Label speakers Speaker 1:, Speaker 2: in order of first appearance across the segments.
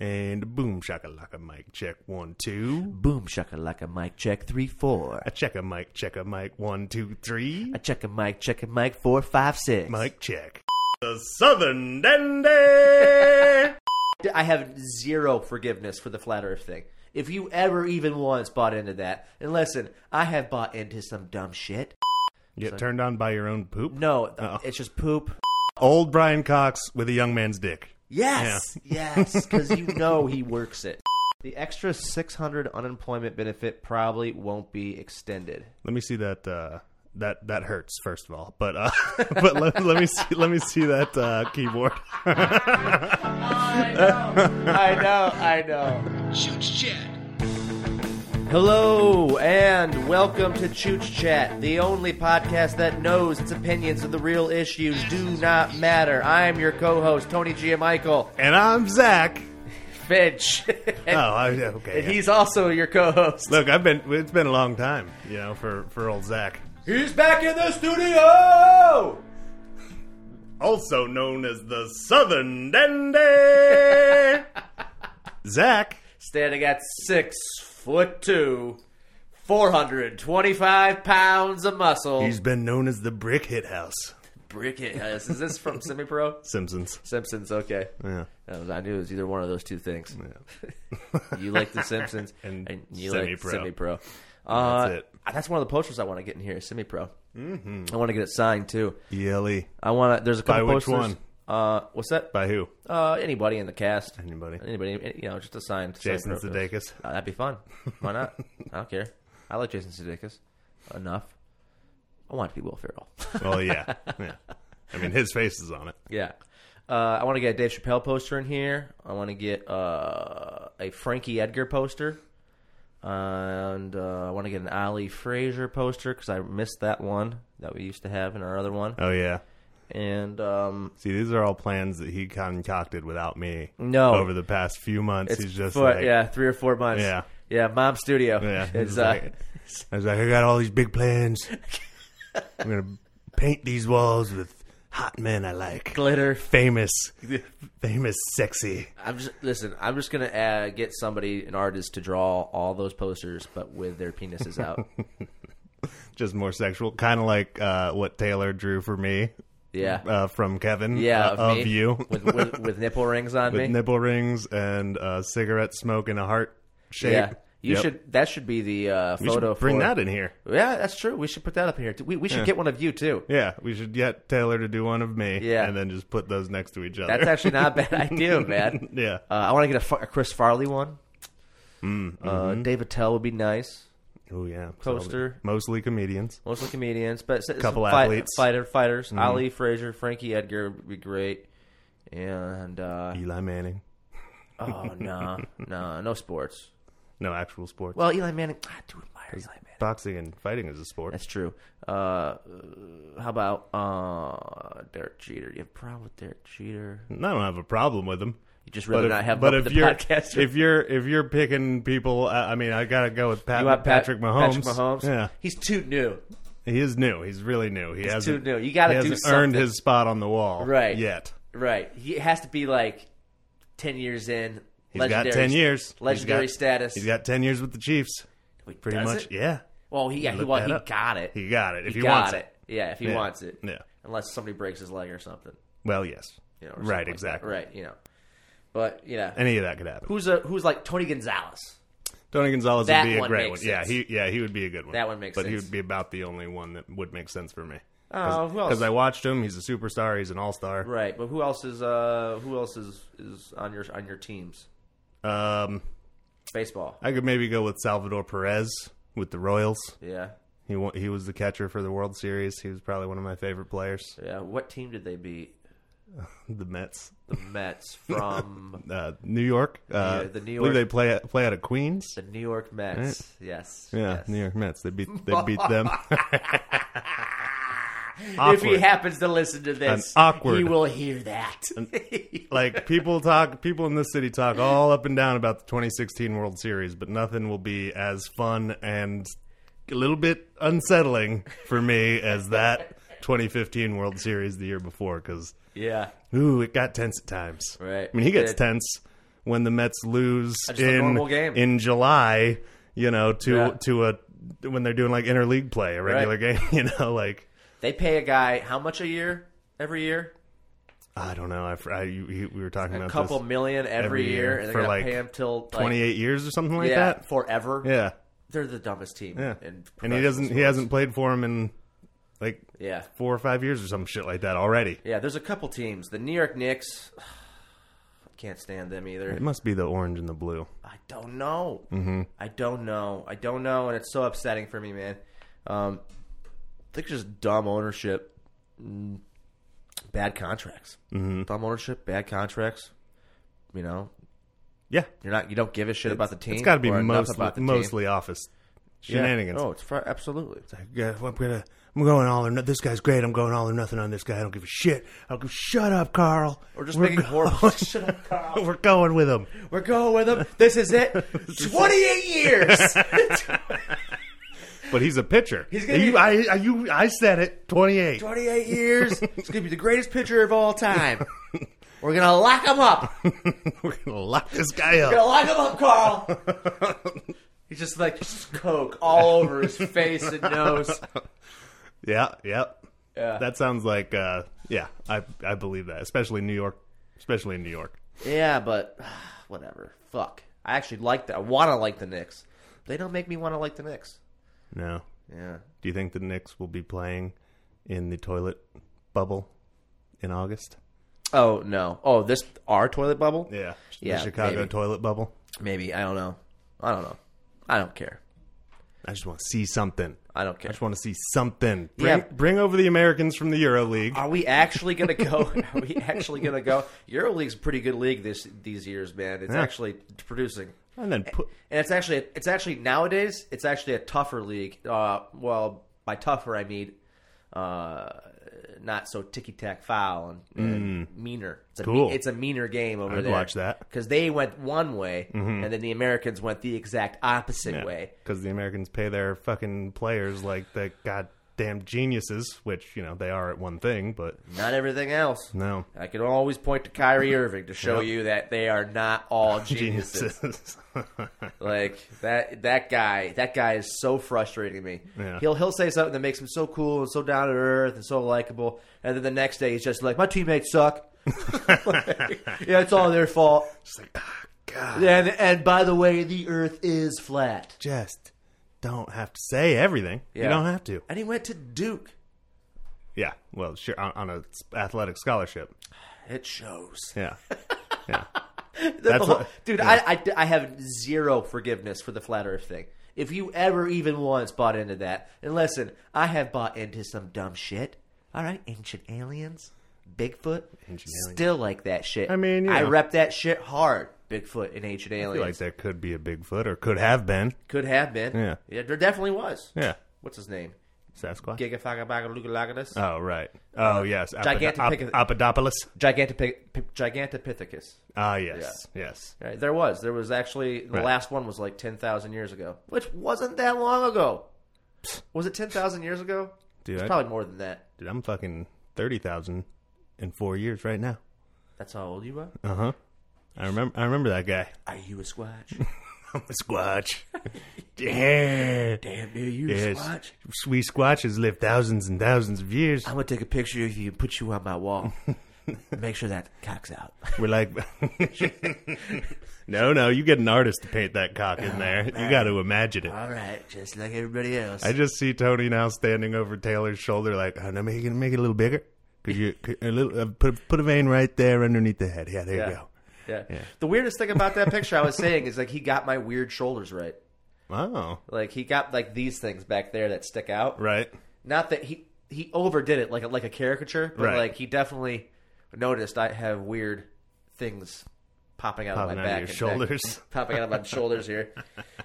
Speaker 1: And boom shakalaka mic check one two.
Speaker 2: Boom shakalaka mic check three four.
Speaker 1: I check a mic, check a mic one two three.
Speaker 2: I check a mic, check a mic four five six.
Speaker 1: Mic check. The Southern Dandy.
Speaker 2: I have zero forgiveness for the flat Earth thing. If you ever even once bought into that, and listen, I have bought into some dumb shit.
Speaker 1: You get turned on by your own poop.
Speaker 2: No,
Speaker 1: Oh.
Speaker 2: it's just poop.
Speaker 1: Old Brian Cox with a young man's dick.
Speaker 2: Yes, yes, because you know he works it. The extra 600 unemployment benefit probably won't be extended.
Speaker 1: Let me see that. Uh, that that hurts. First of all, but uh, but let, let me see let me see that uh, keyboard.
Speaker 2: I know, I know, I know.
Speaker 3: Shoots Chad.
Speaker 2: Hello, and welcome to Chooch Chat, the only podcast that knows its opinions of the real issues do not matter. I'm your co host, Tony Giamichael
Speaker 1: and I'm Zach.
Speaker 2: Finch.
Speaker 1: Oh, I, okay.
Speaker 2: And he's also your co host.
Speaker 1: Look, I've been. It's been a long time, you know, for for old Zach,
Speaker 2: He's back in the studio!
Speaker 1: also known as the Southern Dandy. Zach,
Speaker 2: standing at six foot two, four hundred twenty-five pounds of muscle.
Speaker 1: he's been known as the Brick Hit House
Speaker 2: brick it. Uh, Is this from Semi Pro
Speaker 1: Simpsons.
Speaker 2: Simpsons? Okay,
Speaker 1: Yeah.
Speaker 2: That was- I knew it was either one of those two things. you like the Simpsons,
Speaker 1: And
Speaker 2: you
Speaker 1: Semi-Pro.
Speaker 2: like Semi Pro. Uh,
Speaker 1: That's it.
Speaker 2: That's one of the posters I want to get in here. Semi Pro. Mm-hmm. I want to get it signed too.
Speaker 1: Yele.
Speaker 2: I want to. There's a couple
Speaker 1: By which
Speaker 2: posters.
Speaker 1: one?
Speaker 2: Uh, what's that?
Speaker 1: By who?
Speaker 2: Uh, anybody in the cast?
Speaker 1: Anybody.
Speaker 2: Anybody? You know, just a signed.
Speaker 1: Jason
Speaker 2: signed pro-
Speaker 1: Sudeikis.
Speaker 2: Uh, that'd be fun. Why not? I don't care. I like Jason Sudeikis enough. I want it to be Will Ferrell.
Speaker 1: Well, yeah. yeah. I mean, his face is on it.
Speaker 2: yeah. Uh, I want to get a Dave Chappelle poster in here. I want to get uh, a Frankie Edgar poster. And uh, I want to get an Ali Fraser poster because I missed that one that we used to have in our other one.
Speaker 1: Oh yeah.
Speaker 2: And um,
Speaker 1: See, these are all plans that he concocted without me.
Speaker 2: No.
Speaker 1: Over the past few months,
Speaker 2: it's
Speaker 1: he's just
Speaker 2: four-
Speaker 1: like,
Speaker 2: yeah, three or four months.
Speaker 1: Yeah.
Speaker 2: yeah, Mom Studio.
Speaker 1: yeah.
Speaker 2: it's,
Speaker 1: He's
Speaker 2: uh,
Speaker 1: like- I was like, I got all these big plans. I'm gonna paint these walls with hot men I like,
Speaker 2: glitter
Speaker 1: famous, famous, sexy.
Speaker 2: I'm just listen. I'm just gonna uh, get somebody, an artist, to draw all those posters, but with their penises out.
Speaker 1: Just more sexual, kind of like uh, what Taylor drew for me
Speaker 2: Yeah,
Speaker 1: uh, from Kevin.
Speaker 2: yeah.
Speaker 1: uh,
Speaker 2: of,
Speaker 1: of,
Speaker 2: me,
Speaker 1: you
Speaker 2: with, with with nipple rings on
Speaker 1: with
Speaker 2: me.
Speaker 1: nipple rings and uh, cigarette smoke in a heart shape.
Speaker 2: yeah, you
Speaker 1: Yep.
Speaker 2: should. That should be the uh,
Speaker 1: We should
Speaker 2: photo.
Speaker 1: bring
Speaker 2: for,
Speaker 1: that in here.
Speaker 2: Yeah, that's true. We should put that up here. We, we should get one of you too.
Speaker 1: Yeah, we should get Taylor to do one of me.
Speaker 2: Yeah.
Speaker 1: and then just put those next to each other.
Speaker 2: That's actually not a bad idea, man.
Speaker 1: yeah.
Speaker 2: Uh, I want to get a, Fa- a Chris Farley one.
Speaker 1: Mm,
Speaker 2: Uh,
Speaker 1: mm-hmm.
Speaker 2: Dave Attell would be nice.
Speaker 1: Oh yeah.
Speaker 2: Poster.
Speaker 1: Mostly comedians.
Speaker 2: Mostly comedians, but a
Speaker 1: Couple athletes. Mm-hmm.
Speaker 2: fighter fighters. Ali Fraser, Frankie Edgar would be great, and uh,
Speaker 1: Eli Manning.
Speaker 2: Oh no, no, no sports.
Speaker 1: No actual sports.
Speaker 2: Well, Eli Manning, I do admire Eli Manning.
Speaker 1: Boxing and fighting is a sport.
Speaker 2: That's true. Uh, uh, how about uh, Derek Jeter? You have a problem with Derek Jeter?
Speaker 1: I don't have a problem with them.
Speaker 2: You just rather not have
Speaker 1: but
Speaker 2: but
Speaker 1: if
Speaker 2: the
Speaker 1: you're
Speaker 2: podcast.
Speaker 1: if you're if you're picking people, I, I mean, I gotta go with Pat,
Speaker 2: you want Pat-
Speaker 1: Patrick Mahomes.
Speaker 2: Patrick Mahomes.
Speaker 1: Yeah,
Speaker 2: he's too new.
Speaker 1: he is new. He's really new. He has
Speaker 2: too new. You gotta
Speaker 1: he
Speaker 2: do
Speaker 1: hasn't earned
Speaker 2: something.
Speaker 1: his spot on the wall
Speaker 2: Right.
Speaker 1: yet.
Speaker 2: Right, he has to be like ten years in.
Speaker 1: He's got ten years. He's
Speaker 2: Legendary
Speaker 1: got-
Speaker 2: status.
Speaker 1: He's got ten years with the Chiefs.
Speaker 2: Wait,
Speaker 1: Pretty
Speaker 2: does
Speaker 1: much.
Speaker 2: it?
Speaker 1: Yeah,
Speaker 2: Well, he yeah, he,
Speaker 1: Look
Speaker 2: wa-
Speaker 1: that
Speaker 2: he
Speaker 1: up.
Speaker 2: got it.
Speaker 1: he got it. If he,
Speaker 2: got
Speaker 1: wants
Speaker 2: it. Yeah, if he
Speaker 1: Yeah.
Speaker 2: wants it.
Speaker 1: Yeah.
Speaker 2: Unless somebody breaks his leg or something.
Speaker 1: Well, yes.
Speaker 2: You know, or something
Speaker 1: right.
Speaker 2: like that.
Speaker 1: exactly.
Speaker 2: Right. You know. But yeah.
Speaker 1: Any of that could happen.
Speaker 2: Who's a who's like Tony Gonzalez?
Speaker 1: Tony Gonzalez
Speaker 2: That
Speaker 1: would be a
Speaker 2: one
Speaker 1: great one.
Speaker 2: makes
Speaker 1: Yeah,
Speaker 2: sense.
Speaker 1: he yeah he would be a good one.
Speaker 2: That one makes
Speaker 1: but he
Speaker 2: sense.
Speaker 1: would be about the only one that would make sense for me.
Speaker 2: Oh, who else?
Speaker 1: Because I watched him. He's a superstar. He's an all star.
Speaker 2: Right, but who else is uh who else is is on your on your teams?
Speaker 1: Um,
Speaker 2: Baseball.
Speaker 1: I could maybe go with Salvador Perez with the Royals.
Speaker 2: Yeah.
Speaker 1: He wa- he was the catcher for the World Series. He was probably one of my favorite players.
Speaker 2: Yeah, what team did they beat?
Speaker 1: The Mets,
Speaker 2: The Mets from
Speaker 1: uh, New York. Uh,
Speaker 2: Yeah, the New
Speaker 1: I believe
Speaker 2: York-
Speaker 1: they play at- play out of Queens.
Speaker 2: the New York Mets. Yes.
Speaker 1: Yeah,
Speaker 2: yes.
Speaker 1: New York Mets. They beat they beat them.
Speaker 2: If he
Speaker 1: Awkward.
Speaker 2: happens to listen to this,
Speaker 1: An awkward-
Speaker 2: he will hear that.
Speaker 1: like people talk people in this city talk all up and down about the 2016 world series but nothing will be as fun and a little bit unsettling for me as that 2015 world series the year before because
Speaker 2: yeah.
Speaker 1: ooh it got tense at times
Speaker 2: Right.
Speaker 1: i mean he gets
Speaker 2: It-
Speaker 1: tense when the Mets lose
Speaker 2: Just a
Speaker 1: in
Speaker 2: normal game.
Speaker 1: in July, you know, to
Speaker 2: Yeah.
Speaker 1: to a when they're doing like interleague play, a regular game, you know, like
Speaker 2: They pay a guy how much a year? Every year?
Speaker 1: I don't know. I, fr- I you, you- we were talking
Speaker 2: A
Speaker 1: about
Speaker 2: couple
Speaker 1: this
Speaker 2: million every,
Speaker 1: every
Speaker 2: year,
Speaker 1: year
Speaker 2: and they're
Speaker 1: for,
Speaker 2: gonna
Speaker 1: like,
Speaker 2: pay him till like,
Speaker 1: 28 years or something like
Speaker 2: yeah,
Speaker 1: that.
Speaker 2: forever.
Speaker 1: Yeah.
Speaker 2: They're the dumbest team.
Speaker 1: Yeah.
Speaker 2: in
Speaker 1: And he
Speaker 2: professional
Speaker 1: doesn't he
Speaker 2: sports.
Speaker 1: hasn't played for him in like
Speaker 2: Yeah,
Speaker 1: 4 or 5 years or some shit like that already.
Speaker 2: yeah. There's a couple teams. The New York Knicks. Can't stand them either.
Speaker 1: It must be the orange and the blue.
Speaker 2: I don't know. Mm-hmm. I don't know. I don't know, and it's so upsetting for me, man. Um, I think just dumb ownership, Mm. bad contracts, mm-hmm. dumb ownership, bad contracts. You know,
Speaker 1: Yeah.
Speaker 2: you're not you don't give a shit about the team.
Speaker 1: It's got to be
Speaker 2: or enough
Speaker 1: mostly
Speaker 2: about the team.
Speaker 1: mostly office
Speaker 2: Yeah.
Speaker 1: shenanigans.
Speaker 2: Oh, it's fr- absolutely.
Speaker 1: Yeah, I'm gonna. I'm going all or no, this guy's great. I'm going all or nothing on this guy. I don't give a shit. I'll go. Shut up, Carl.
Speaker 2: We're just
Speaker 1: We're
Speaker 2: making horrible. Shut up, Carl.
Speaker 1: We're going with him.
Speaker 2: We're going with them. This is it. Twenty-eight years.
Speaker 1: But he's a pitcher.
Speaker 2: He's gonna
Speaker 1: you,
Speaker 2: be-
Speaker 1: I, I, you, I said it. Twenty eight.
Speaker 2: Twenty-eight years. It's gonna be the greatest pitcher of all time. We're gonna lock him up.
Speaker 1: We're gonna lock this guy
Speaker 2: Gonna
Speaker 1: up.
Speaker 2: lock him up, Carl. He's just like just coke all over his face and nose.
Speaker 1: Yeah, yep.
Speaker 2: Yeah.
Speaker 1: That sounds like. Uh, yeah, I, I believe that. Especially in New York. Especially in New York.
Speaker 2: Yeah, but whatever. Fuck. I actually like that. I want to like the Knicks. They don't make me want to like the Knicks.
Speaker 1: No.
Speaker 2: Yeah.
Speaker 1: Do you think the Knicks will be playing in the toilet bubble in August?
Speaker 2: Oh no. Oh, this our toilet bubble.
Speaker 1: Yeah. The
Speaker 2: Yeah,
Speaker 1: Chicago
Speaker 2: maybe.
Speaker 1: toilet bubble.
Speaker 2: Maybe I don't know. I don't know. I don't care.
Speaker 1: I just want to see something.
Speaker 2: I don't care.
Speaker 1: I just want to see something. Bring,
Speaker 2: Yeah. Uh,
Speaker 1: bring over the Americans from the Euro League.
Speaker 2: Are we actually gonna go? Are we actually gonna go? EuroLeague's a pretty good league this these years, man. It's
Speaker 1: Yeah.
Speaker 2: actually producing,
Speaker 1: And
Speaker 2: eh,
Speaker 1: then put.
Speaker 2: and it's actually it's actually nowadays it's actually a tougher league. Uh, well, by tougher I mean uh, not so ticky tack foul and, and meaner. It's a me-
Speaker 1: Mm. Cool.
Speaker 2: it's a meaner game over
Speaker 1: I'd
Speaker 2: there.
Speaker 1: watch that. Mm-hmm.
Speaker 2: because they went one way, and then the Americans went the exact opposite way.
Speaker 1: Because the Americans pay their fucking players like the goddamn geniuses, which, you know, they are at one thing, but
Speaker 2: Not everything else.
Speaker 1: no. Mm-hmm.
Speaker 2: I can always point to Kyrie Irving to show
Speaker 1: Yep.
Speaker 2: you that they are not all geniuses.
Speaker 1: Geniuses.
Speaker 2: Like that that guy that guy is so frustrating to me.
Speaker 1: Yeah.
Speaker 2: He'll he'll say something that makes him so cool and so down to earth and so likable, and then the next day he's just like, My teammates suck. Like, yeah, it's all their fault.
Speaker 1: Just like, ah, God.
Speaker 2: And and by the way, the earth is flat.
Speaker 1: Just don't have to say everything. You
Speaker 2: Yeah.
Speaker 1: don't have to.
Speaker 2: And he went to Duke.
Speaker 1: Yeah. Well, sure. On, on a s- athletic scholarship.
Speaker 2: It shows.
Speaker 1: Yeah. Yeah.
Speaker 2: The
Speaker 1: That's
Speaker 2: whole-
Speaker 1: what-
Speaker 2: dude, I, I, I have zero forgiveness for the flat Earth thing. If you ever even once bought into that, and listen, I have bought into some dumb shit. All right, ancient aliens, Bigfoot,
Speaker 1: Ancient aliens.
Speaker 2: still like that shit.
Speaker 1: I mean, you
Speaker 2: I
Speaker 1: know.
Speaker 2: rep that shit hard. Bigfoot and ancient
Speaker 1: I feel
Speaker 2: aliens
Speaker 1: like there could be a Bigfoot or could have been.
Speaker 2: could have been.
Speaker 1: Yeah.
Speaker 2: there definitely was.
Speaker 1: Yeah.
Speaker 2: What's his name?
Speaker 1: Sasquatch.
Speaker 2: Gigafagabagalugalagatus.
Speaker 1: Oh right. Oh yes.
Speaker 2: Uh, gigantic
Speaker 1: Apod-
Speaker 2: pic-
Speaker 1: Ap- Apodopoulos.
Speaker 2: Gigantopi- pi- Gigantopithecus.
Speaker 1: Ah yes. Yes.
Speaker 2: All right, there was. There was actually the
Speaker 1: Right.
Speaker 2: last one was like ten thousand years ago, which wasn't that long ago. Was it ten thousand years ago?
Speaker 1: Dude,
Speaker 2: it's
Speaker 1: I-
Speaker 2: probably more than that.
Speaker 1: Dude, I'm fucking thirty thousand in four years right now.
Speaker 2: That's how old you are.
Speaker 1: Uh huh. I remember. I remember that guy.
Speaker 2: Are you a Squatch?
Speaker 1: I'm a Squatch. yeah.
Speaker 2: Damn, dude, you a
Speaker 1: Yes.
Speaker 2: Squatch?
Speaker 1: We Squatches live thousands and thousands of years.
Speaker 2: I'm gonna take a picture of you and put you on my wall. Make sure that cock's out.
Speaker 1: We're like, no, no. You get an artist to paint that cock in there. You got to imagine it.
Speaker 2: All right, just like everybody else.
Speaker 1: I just see Tony now standing over Taylor's shoulder, like, "Oh, no, make it, make it a little bigger. Could you could- a little, uh, put put a vein right there underneath the head? Yeah, there
Speaker 2: yeah.
Speaker 1: you go.
Speaker 2: Yeah. The weirdest thing about that picture I was saying is like he got my weird shoulders right.
Speaker 1: Oh,
Speaker 2: Like he got like these things back there that stick out.
Speaker 1: right.
Speaker 2: not that he he overdid it like a, like a caricature, but
Speaker 1: Right.
Speaker 2: like he definitely noticed I have weird things popping out
Speaker 1: Popping
Speaker 2: of
Speaker 1: out
Speaker 2: my
Speaker 1: of
Speaker 2: back,
Speaker 1: your
Speaker 2: and
Speaker 1: shoulders.
Speaker 2: neck, popping out of my shoulders here.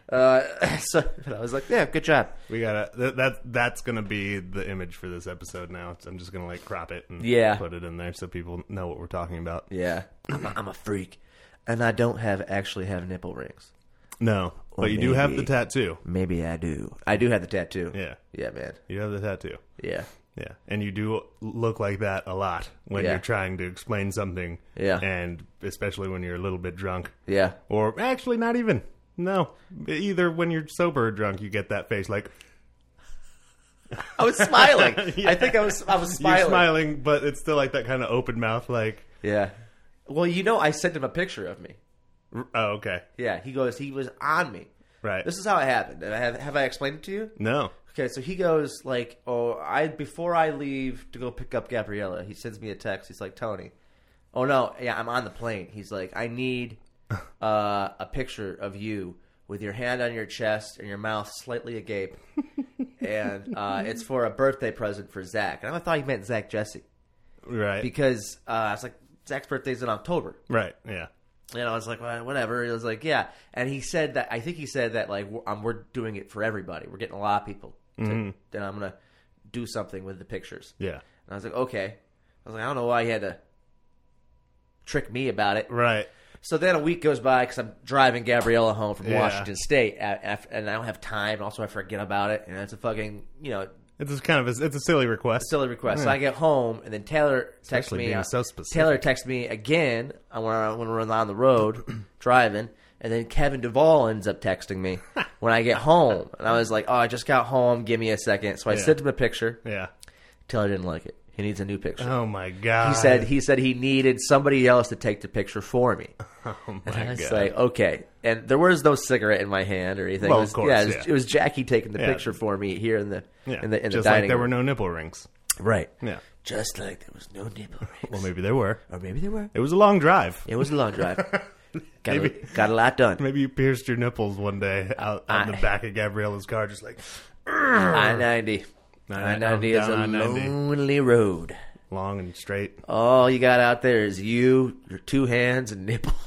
Speaker 2: Uh, so but I was like, yeah, good job.
Speaker 1: We gotta that, that that's gonna be the image for this episode now. So I'm just gonna like crop it and
Speaker 2: Yeah.
Speaker 1: put it in there so people know what we're talking about.
Speaker 2: Yeah, I'm a, I'm a freak, and I don't have actually have nipple rings.
Speaker 1: No, but you do have the
Speaker 2: maybe.
Speaker 1: tattoo.
Speaker 2: Maybe I do. I do have the tattoo.
Speaker 1: Yeah,
Speaker 2: yeah, man.
Speaker 1: you have the tattoo.
Speaker 2: Yeah,
Speaker 1: Yeah, and you do look like that a lot when
Speaker 2: Yeah.
Speaker 1: you're trying to explain something.
Speaker 2: Yeah.
Speaker 1: and especially when you're a little bit drunk,
Speaker 2: Yeah.
Speaker 1: or actually not even. No, either when you're sober or drunk, you get that face like
Speaker 2: I was smiling.
Speaker 1: Yeah.
Speaker 2: I think I was I was
Speaker 1: you're
Speaker 2: smiling.
Speaker 1: smiling, but it's still like that kind of open mouth, like
Speaker 2: Yeah. Well, you know, I sent him a picture of me.
Speaker 1: "R- oh, okay,
Speaker 2: Yeah, he goes, he was on me.
Speaker 1: right?
Speaker 2: This is how it happened. And I Have, have I explained it to you?
Speaker 1: no,
Speaker 2: Okay, so he goes like, "Oh, I before I leave to go pick up Gabriella." He sends me a text. He's like, "Tony, oh no, yeah, I'm on the plane." He's like, "I need uh, a picture of you with your hand on your chest and your mouth slightly agape, and uh, it's for a birthday present for Zach." And I thought he meant Zach Jesse
Speaker 1: right,
Speaker 2: because uh, I was like, "Zach's birthday's in October."
Speaker 1: right, yeah,
Speaker 2: And I was like, well, whatever. It was like, yeah. And he said that I think he said that like we're, um, we're doing it for everybody. We're getting a lot of people. To, Then I'm gonna do something with the pictures.
Speaker 1: yeah,
Speaker 2: And I was like, okay. I was like, I don't know why he had to trick me about it.
Speaker 1: right,
Speaker 2: So then a week goes by because I'm driving Gabriella home from
Speaker 1: Yeah.
Speaker 2: Washington State, a- af- and I don't have time. And also, I forget about it, and it's a fucking you know
Speaker 1: it's just kind of a, it's a silly request,
Speaker 2: silly request. So I get home, and then Taylor texts
Speaker 1: Especially
Speaker 2: me.
Speaker 1: being
Speaker 2: uh,
Speaker 1: so specific.
Speaker 2: Taylor texts me again uh, when I when we're on the road driving, and then Kevin Duvall ends up texting me when I get home, and I was like, "Oh, I just got home. Give me a second. So I
Speaker 1: Yeah.
Speaker 2: sent him a picture.
Speaker 1: yeah.
Speaker 2: Taylor didn't like it. He needs a new picture.
Speaker 1: Oh my god,
Speaker 2: He said he said he needed somebody else to take the picture for me.
Speaker 1: oh my
Speaker 2: And I was
Speaker 1: god,
Speaker 2: like, okay. And there was no cigarette in my hand or anything.
Speaker 1: Well,
Speaker 2: it was,
Speaker 1: of course,
Speaker 2: yeah, it was,
Speaker 1: yeah.
Speaker 2: it was Jackie taking the
Speaker 1: Yeah.
Speaker 2: picture for me here in the
Speaker 1: yeah,
Speaker 2: in the in
Speaker 1: just
Speaker 2: the dining
Speaker 1: like there were
Speaker 2: room.
Speaker 1: no nipple rings.
Speaker 2: right.
Speaker 1: Yeah,
Speaker 2: Just like there was no nipple rings.
Speaker 1: well, maybe there were.
Speaker 2: Or maybe they were.
Speaker 1: It was a long drive.
Speaker 2: It was a long drive. got,
Speaker 1: Maybe.
Speaker 2: A, got a lot done.
Speaker 1: Maybe you pierced your nipples one day out on the
Speaker 2: I-
Speaker 1: back of Gabriella's car, just like
Speaker 2: I ninety. I
Speaker 1: I-
Speaker 2: ninety
Speaker 1: I'm
Speaker 2: is a
Speaker 1: down I-90.
Speaker 2: lonely road.
Speaker 1: long and straight.
Speaker 2: All you got out there is you, your two hands, and nipples.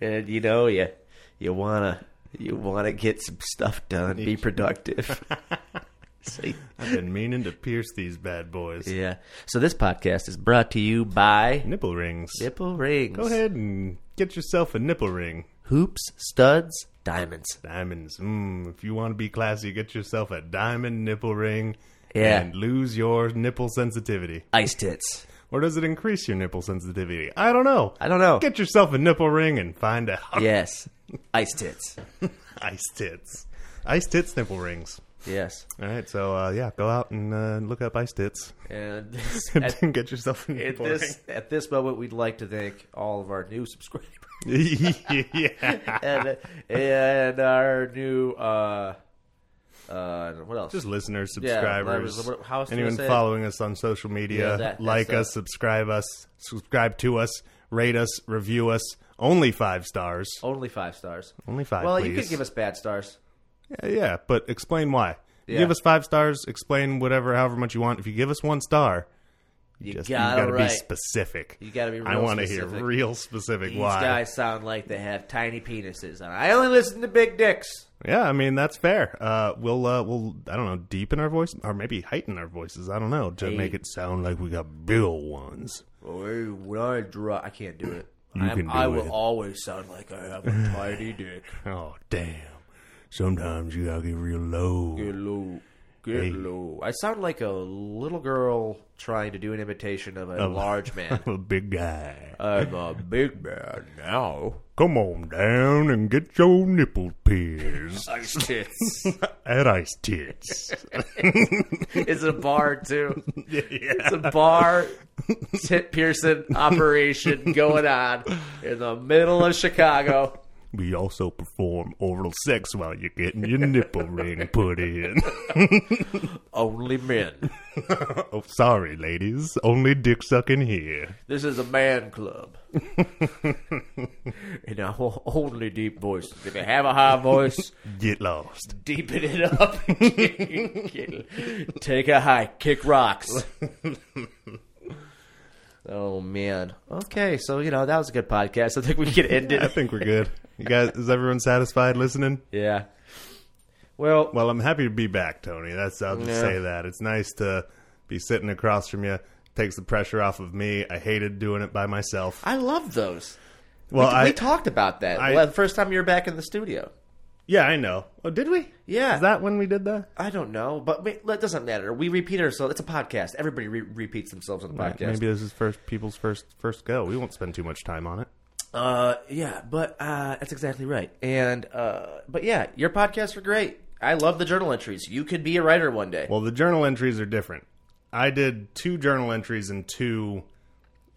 Speaker 2: and you know you you wanna you wanna get some stuff done, be productive. See.
Speaker 1: I've been meaning to pierce these bad boys.
Speaker 2: Yeah. So this podcast is brought to you by
Speaker 1: Nipple rings.
Speaker 2: Nipple Rings.
Speaker 1: Go ahead and get yourself a nipple ring.
Speaker 2: Hoops, studs, diamonds.
Speaker 1: Diamonds. Mm, if you want to be classy, get yourself a diamond nipple ring.
Speaker 2: Yeah.
Speaker 1: And lose your nipple sensitivity.
Speaker 2: Ice tits.
Speaker 1: Or does it increase your nipple sensitivity? I don't know.
Speaker 2: I don't know.
Speaker 1: Get yourself a nipple ring and find out.
Speaker 2: Yes. Ice tits.
Speaker 1: Ice tits. Ice tits nipple rings.
Speaker 2: Yes.
Speaker 1: All right, so uh, yeah, go out and uh, look up ice tits.
Speaker 2: And this-
Speaker 1: and
Speaker 2: at,
Speaker 1: get yourself a
Speaker 2: at
Speaker 1: nipple
Speaker 2: this at this moment, we'd like to thank all of our new subscribers
Speaker 1: ring. yeah.
Speaker 2: and and our new uh uh what else?
Speaker 1: Just listeners,
Speaker 2: Yeah,
Speaker 1: subscribers,
Speaker 2: listeners. What- how else do
Speaker 1: anyone
Speaker 2: I say it?
Speaker 1: following us on social media,
Speaker 2: Yeah, that-
Speaker 1: like
Speaker 2: that's
Speaker 1: us, subscribe us, subscribe to us, rate us, review us. Only five stars.
Speaker 2: only five stars.
Speaker 1: Only five.
Speaker 2: well,
Speaker 1: please.
Speaker 2: you could give us bad stars.
Speaker 1: Yeah, yeah, but explain why. You
Speaker 2: Yeah.
Speaker 1: Give us five stars. Explain whatever, however much you want. If you give us one star,
Speaker 2: You
Speaker 1: just
Speaker 2: got
Speaker 1: you
Speaker 2: to
Speaker 1: gotta
Speaker 2: right.
Speaker 1: be specific.
Speaker 2: You gotta be
Speaker 1: I
Speaker 2: real
Speaker 1: want to hear
Speaker 2: specific.
Speaker 1: real specific
Speaker 2: These
Speaker 1: why.
Speaker 2: guys sound like they have tiny penises, and I only listen to big dicks.
Speaker 1: Yeah, I mean that's fair. Uh, we'll uh, we'll I don't know deepen our voice or maybe heighten our voices. I don't know to make it sound like we got real ones.
Speaker 2: Oh, When I draw, I can't do it.
Speaker 1: You
Speaker 2: I'm-
Speaker 1: can do
Speaker 2: I will
Speaker 1: it.
Speaker 2: always sound like I have a tiny dick.
Speaker 1: Oh damn! Sometimes you gotta get real low.
Speaker 2: Get low. Get
Speaker 1: Hey.
Speaker 2: low. I sound like a little girl trying to do an imitation of a large man.
Speaker 1: I'm a big guy.
Speaker 2: I'm a big man now.
Speaker 1: Come on down and get your nipple pierced
Speaker 2: Ice tits.
Speaker 1: at Ice Tits.
Speaker 2: it's a bar, too.
Speaker 1: yeah.
Speaker 2: It's a bar tit piercing operation going on in the middle of Chicago.
Speaker 1: We also perform oral sex while you're getting your nipple ring put in.
Speaker 2: Only men.
Speaker 1: oh, sorry, ladies. Only dick sucking here.
Speaker 2: This is a man club. and I will only deep voices. If you have a high voice,
Speaker 1: Get lost.
Speaker 2: deepen it up. Take a hike, kick rocks. oh man. Okay, so you know that was a good podcast. I think we could end
Speaker 1: I
Speaker 2: it.
Speaker 1: think we're good. You guys, is everyone satisfied listening?
Speaker 2: Yeah. Well,
Speaker 1: Well, I'm happy to be back, Tony. That's I'll just
Speaker 2: Yeah.
Speaker 1: say that. It's nice to be sitting across from you. Takes the pressure off of me. I hated doing it by myself.
Speaker 2: I love those.
Speaker 1: Well,
Speaker 2: we
Speaker 1: I
Speaker 2: talked about that
Speaker 1: I-
Speaker 2: Well, the first time you were back in the studio.
Speaker 1: Yeah, I know. Oh, did we?
Speaker 2: Yeah.
Speaker 1: Is that when we did that?
Speaker 2: I don't know, but ma- that doesn't matter. We repeat ourselves. It's a podcast. Everybody re- repeats themselves on the podcast.
Speaker 1: Maybe this is first people's first first go. We won't spend too much time on it.
Speaker 2: Uh, yeah, but uh, that's exactly right. And uh, but yeah, your podcasts are great. I love the journal entries. You could be a writer one day.
Speaker 1: Well, the journal entries are different. I did two journal entries and two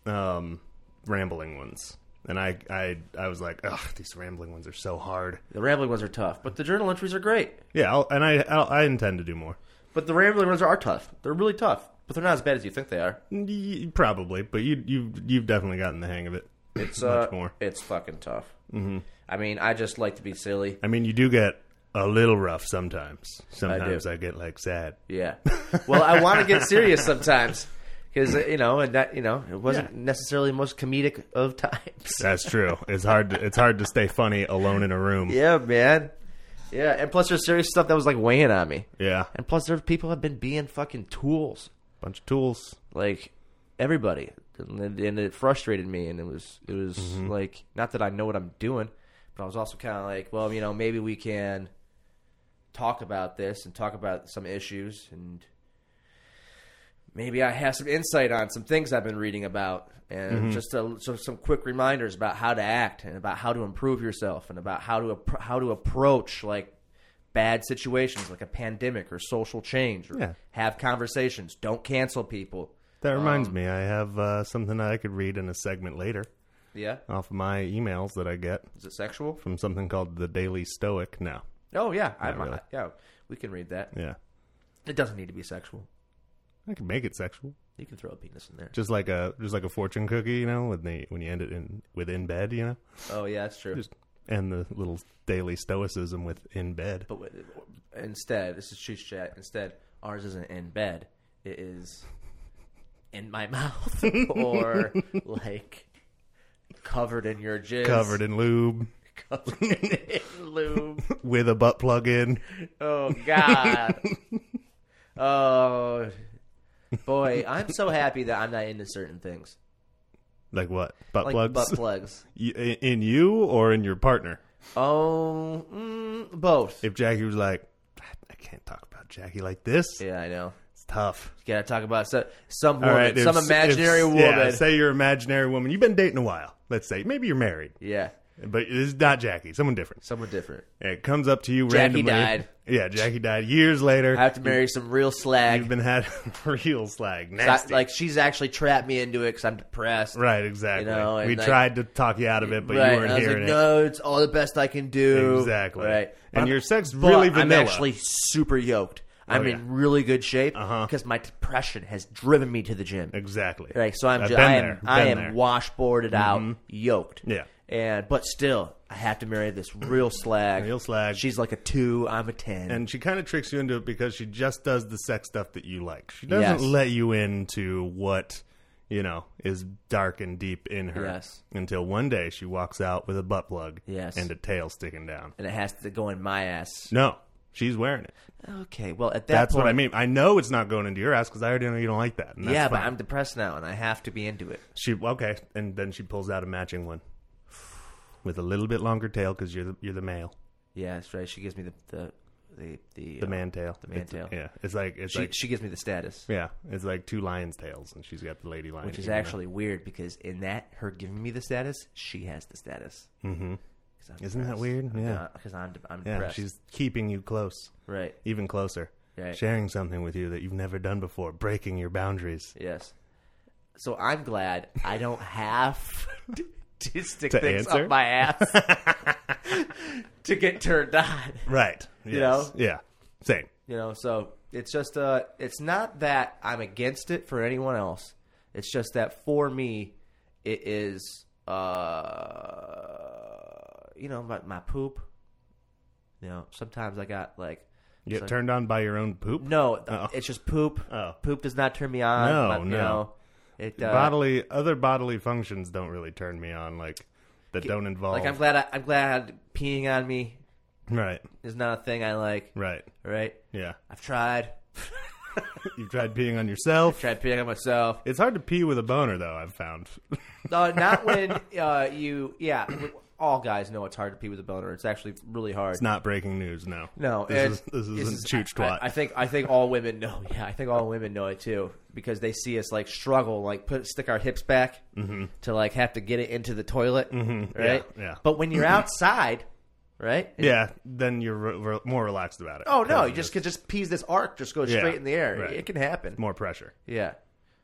Speaker 1: um, rambling ones, and I I I was like, ugh, these rambling ones are so hard.
Speaker 2: the rambling ones are tough, but the journal entries are great.
Speaker 1: Yeah, I'll, and I I'll, I intend to do more.
Speaker 2: But the rambling ones are tough. They're really tough, but they're not as bad as you think they are.
Speaker 1: Y- Probably, but you you you've definitely gotten the hang of it.
Speaker 2: It's
Speaker 1: Much
Speaker 2: uh,
Speaker 1: more.
Speaker 2: It's fucking tough. Mm-hmm. I mean, I just like to be silly.
Speaker 1: I mean, you do get a little rough sometimes. Sometimes I, get like sad.
Speaker 2: Yeah. Well, I want to get serious sometimes because you know, and that you know, it wasn't necessarily the most comedic of times.
Speaker 1: That's true. It's hard. To, it's hard to stay funny alone in a room.
Speaker 2: Yeah, man. Yeah, and plus there's serious stuff that was like weighing on me.
Speaker 1: yeah.
Speaker 2: And plus, there's people have been being fucking tools,
Speaker 1: bunch of tools.
Speaker 2: like everybody, and, and it frustrated me. And it was, it was like not that I know what I'm doing, but I was also kind of like, well, you know, maybe we can talk about this and talk about some issues, and maybe I have some insight on some things I've been reading about, and
Speaker 1: Mm-hmm.
Speaker 2: just a, so some quick reminders about how to act and about how to improve yourself and about how to appro- how to approach like bad situations like a pandemic or social change or
Speaker 1: Yeah.
Speaker 2: have conversations don't cancel people
Speaker 1: That reminds
Speaker 2: Um,
Speaker 1: me, I have uh, something that I could read in a segment later
Speaker 2: yeah
Speaker 1: off of my emails that I get
Speaker 2: is it sexual
Speaker 1: from something called the Daily Stoic. No,
Speaker 2: oh yeah I'm,
Speaker 1: really.
Speaker 2: yeah we can read that
Speaker 1: yeah,
Speaker 2: it doesn't need to be sexual
Speaker 1: I could make it sexual,
Speaker 2: you can throw a penis in there
Speaker 1: just like a just like a fortune cookie, you know, when they when you end it in with in bed, you know,
Speaker 2: oh yeah that's true
Speaker 1: just and the little Daily Stoicism with in bed.
Speaker 2: But w- instead, this is Cheech Chat. Instead, ours isn't in bed. It is in my mouth or like covered in your jizz.
Speaker 1: Covered in lube
Speaker 2: covered in lube.
Speaker 1: with a butt plug in.
Speaker 2: Oh God. Oh boy, I'm so happy that I'm not into certain things
Speaker 1: Like what? Butt
Speaker 2: like
Speaker 1: plugs?
Speaker 2: butt plugs.
Speaker 1: Y- in- in you or in your partner?
Speaker 2: Oh, mm, both.
Speaker 1: If Jackie was like, "I- I can't talk about Jackie like this.
Speaker 2: yeah, I know.
Speaker 1: It's tough.
Speaker 2: You gotta talk about so, some
Speaker 1: All
Speaker 2: woman,
Speaker 1: right, if-
Speaker 2: some imaginary
Speaker 1: if-
Speaker 2: woman.
Speaker 1: Yeah, say you're an imaginary woman. You've been dating a while. Let's say maybe you're married,
Speaker 2: yeah,
Speaker 1: but this is not Jackie. Someone different.
Speaker 2: someone different.
Speaker 1: It comes up to you
Speaker 2: Jackie
Speaker 1: randomly.
Speaker 2: died.
Speaker 1: Yeah, Jackie died years later.
Speaker 2: I have to marry some real
Speaker 1: You've
Speaker 2: slag.
Speaker 1: been had real slag,
Speaker 2: I-
Speaker 1: nasty.
Speaker 2: like she's actually trapped me into it because I'm depressed.
Speaker 1: right, exactly.
Speaker 2: You know, and
Speaker 1: we
Speaker 2: like-
Speaker 1: tried to talk you out of it, but
Speaker 2: Right,
Speaker 1: you
Speaker 2: and I
Speaker 1: weren't
Speaker 2: was like,
Speaker 1: hearing it.
Speaker 2: no, it's all the best I can do.
Speaker 1: Exactly.
Speaker 2: Right.
Speaker 1: And
Speaker 2: I'm-
Speaker 1: your sex
Speaker 2: but
Speaker 1: really
Speaker 2: I'm
Speaker 1: vanilla. Oh,
Speaker 2: actually super yoked. I'm
Speaker 1: yeah.
Speaker 2: in really good shape
Speaker 1: Uh-huh.
Speaker 2: because my depression has driven me to the gym.
Speaker 1: Exactly.
Speaker 2: Right. So I'm
Speaker 1: I've
Speaker 2: just,
Speaker 1: been
Speaker 2: I am
Speaker 1: there.
Speaker 2: I
Speaker 1: been
Speaker 2: am
Speaker 1: there. Mm-hmm.
Speaker 2: washboarded out, yoked.
Speaker 1: Yeah.
Speaker 2: And but still, I have to marry this real slag.
Speaker 1: Real slag.
Speaker 2: She's like a two. I'm a ten.
Speaker 1: and she kind of tricks you into it because she just does the sex stuff that you like. She doesn't
Speaker 2: Yes.
Speaker 1: let you into what you know is dark and deep in her.
Speaker 2: Yes.
Speaker 1: Until one day she walks out with a butt plug.
Speaker 2: Yes.
Speaker 1: And a tail sticking down.
Speaker 2: and it has to go in my ass.
Speaker 1: No, she's wearing it.
Speaker 2: Okay. Well, at that
Speaker 1: That's
Speaker 2: point,
Speaker 1: what I mean. I know it's not going into your ass because I already know you don't like that. And that's
Speaker 2: yeah, but
Speaker 1: fine.
Speaker 2: I'm depressed now, and I have to be into it.
Speaker 1: she okay. And then she pulls out a matching one with a little bit longer tail because you're the, you're the male,
Speaker 2: Yeah, that's right. She gives me the the the the,
Speaker 1: the
Speaker 2: uh,
Speaker 1: man tail,
Speaker 2: the man
Speaker 1: It's-
Speaker 2: tail.
Speaker 1: Yeah, it's like it's
Speaker 2: She
Speaker 1: like
Speaker 2: she gives me the status,
Speaker 1: yeah, it's like two lions' tails, and she's got the lady lion,
Speaker 2: which is
Speaker 1: even though-
Speaker 2: actually weird because in that her giving me the status, she has the status.
Speaker 1: Mhm.
Speaker 2: Cause I'm
Speaker 1: Isn't that
Speaker 2: depressed.
Speaker 1: weird?
Speaker 2: I'm
Speaker 1: Yeah.
Speaker 2: because I'm de- I'm
Speaker 1: Yeah,
Speaker 2: depressed.
Speaker 1: she's keeping you close,
Speaker 2: Right.
Speaker 1: even closer.
Speaker 2: Right.
Speaker 1: Sharing something with you that you've never done before, breaking your boundaries
Speaker 2: Yes. So I'm glad I don't have to, to stick
Speaker 1: To
Speaker 2: things
Speaker 1: answer?
Speaker 2: up my ass to get turned on.
Speaker 1: Right. Yes.
Speaker 2: know?
Speaker 1: Yeah. Same.
Speaker 2: You know, so it's just uh it's not that I'm against it for anyone else. It's just that for me it is uh you know, my my poop. You know, sometimes I got like
Speaker 1: You get
Speaker 2: So-
Speaker 1: turned on by your own poop.
Speaker 2: no,
Speaker 1: Oh.
Speaker 2: it's just poop.
Speaker 1: Oh.
Speaker 2: Poop does not turn me on.
Speaker 1: No,
Speaker 2: but, you
Speaker 1: no.
Speaker 2: know, it uh,
Speaker 1: bodily other bodily functions don't really turn me on like that don't involve
Speaker 2: like I'm glad I, I'm glad peeing on me
Speaker 1: Right.
Speaker 2: is not a thing I like,
Speaker 1: Right.
Speaker 2: right?
Speaker 1: Yeah.
Speaker 2: I've tried
Speaker 1: You've tried peeing on yourself.
Speaker 2: tried peeing on myself.
Speaker 1: It's hard to pee with a boner though, I've found.
Speaker 2: No, not when uh, you. Yeah, all guys know it's hard to pee with a boner. It's actually really hard.
Speaker 1: It's not breaking news. No.
Speaker 2: No,
Speaker 1: This
Speaker 2: it's-
Speaker 1: is this is
Speaker 2: this
Speaker 1: a chooch
Speaker 2: I-
Speaker 1: twat.
Speaker 2: I, I think I think all women know. Yeah, I think all women know it too because they see us like struggle, like put stick our hips back to like have to get it into the toilet, right?
Speaker 1: Mm-hmm. yeah, yeah. Mm-hmm.
Speaker 2: But when you're outside, right? and-
Speaker 1: yeah. Then you're re- re- more relaxed about it.
Speaker 2: Oh no,
Speaker 1: 'Cause
Speaker 2: you just could just pees this arc, just goes
Speaker 1: Yeah,
Speaker 2: straight in the air.
Speaker 1: right.
Speaker 2: It can happen.
Speaker 1: more pressure.
Speaker 2: Yeah,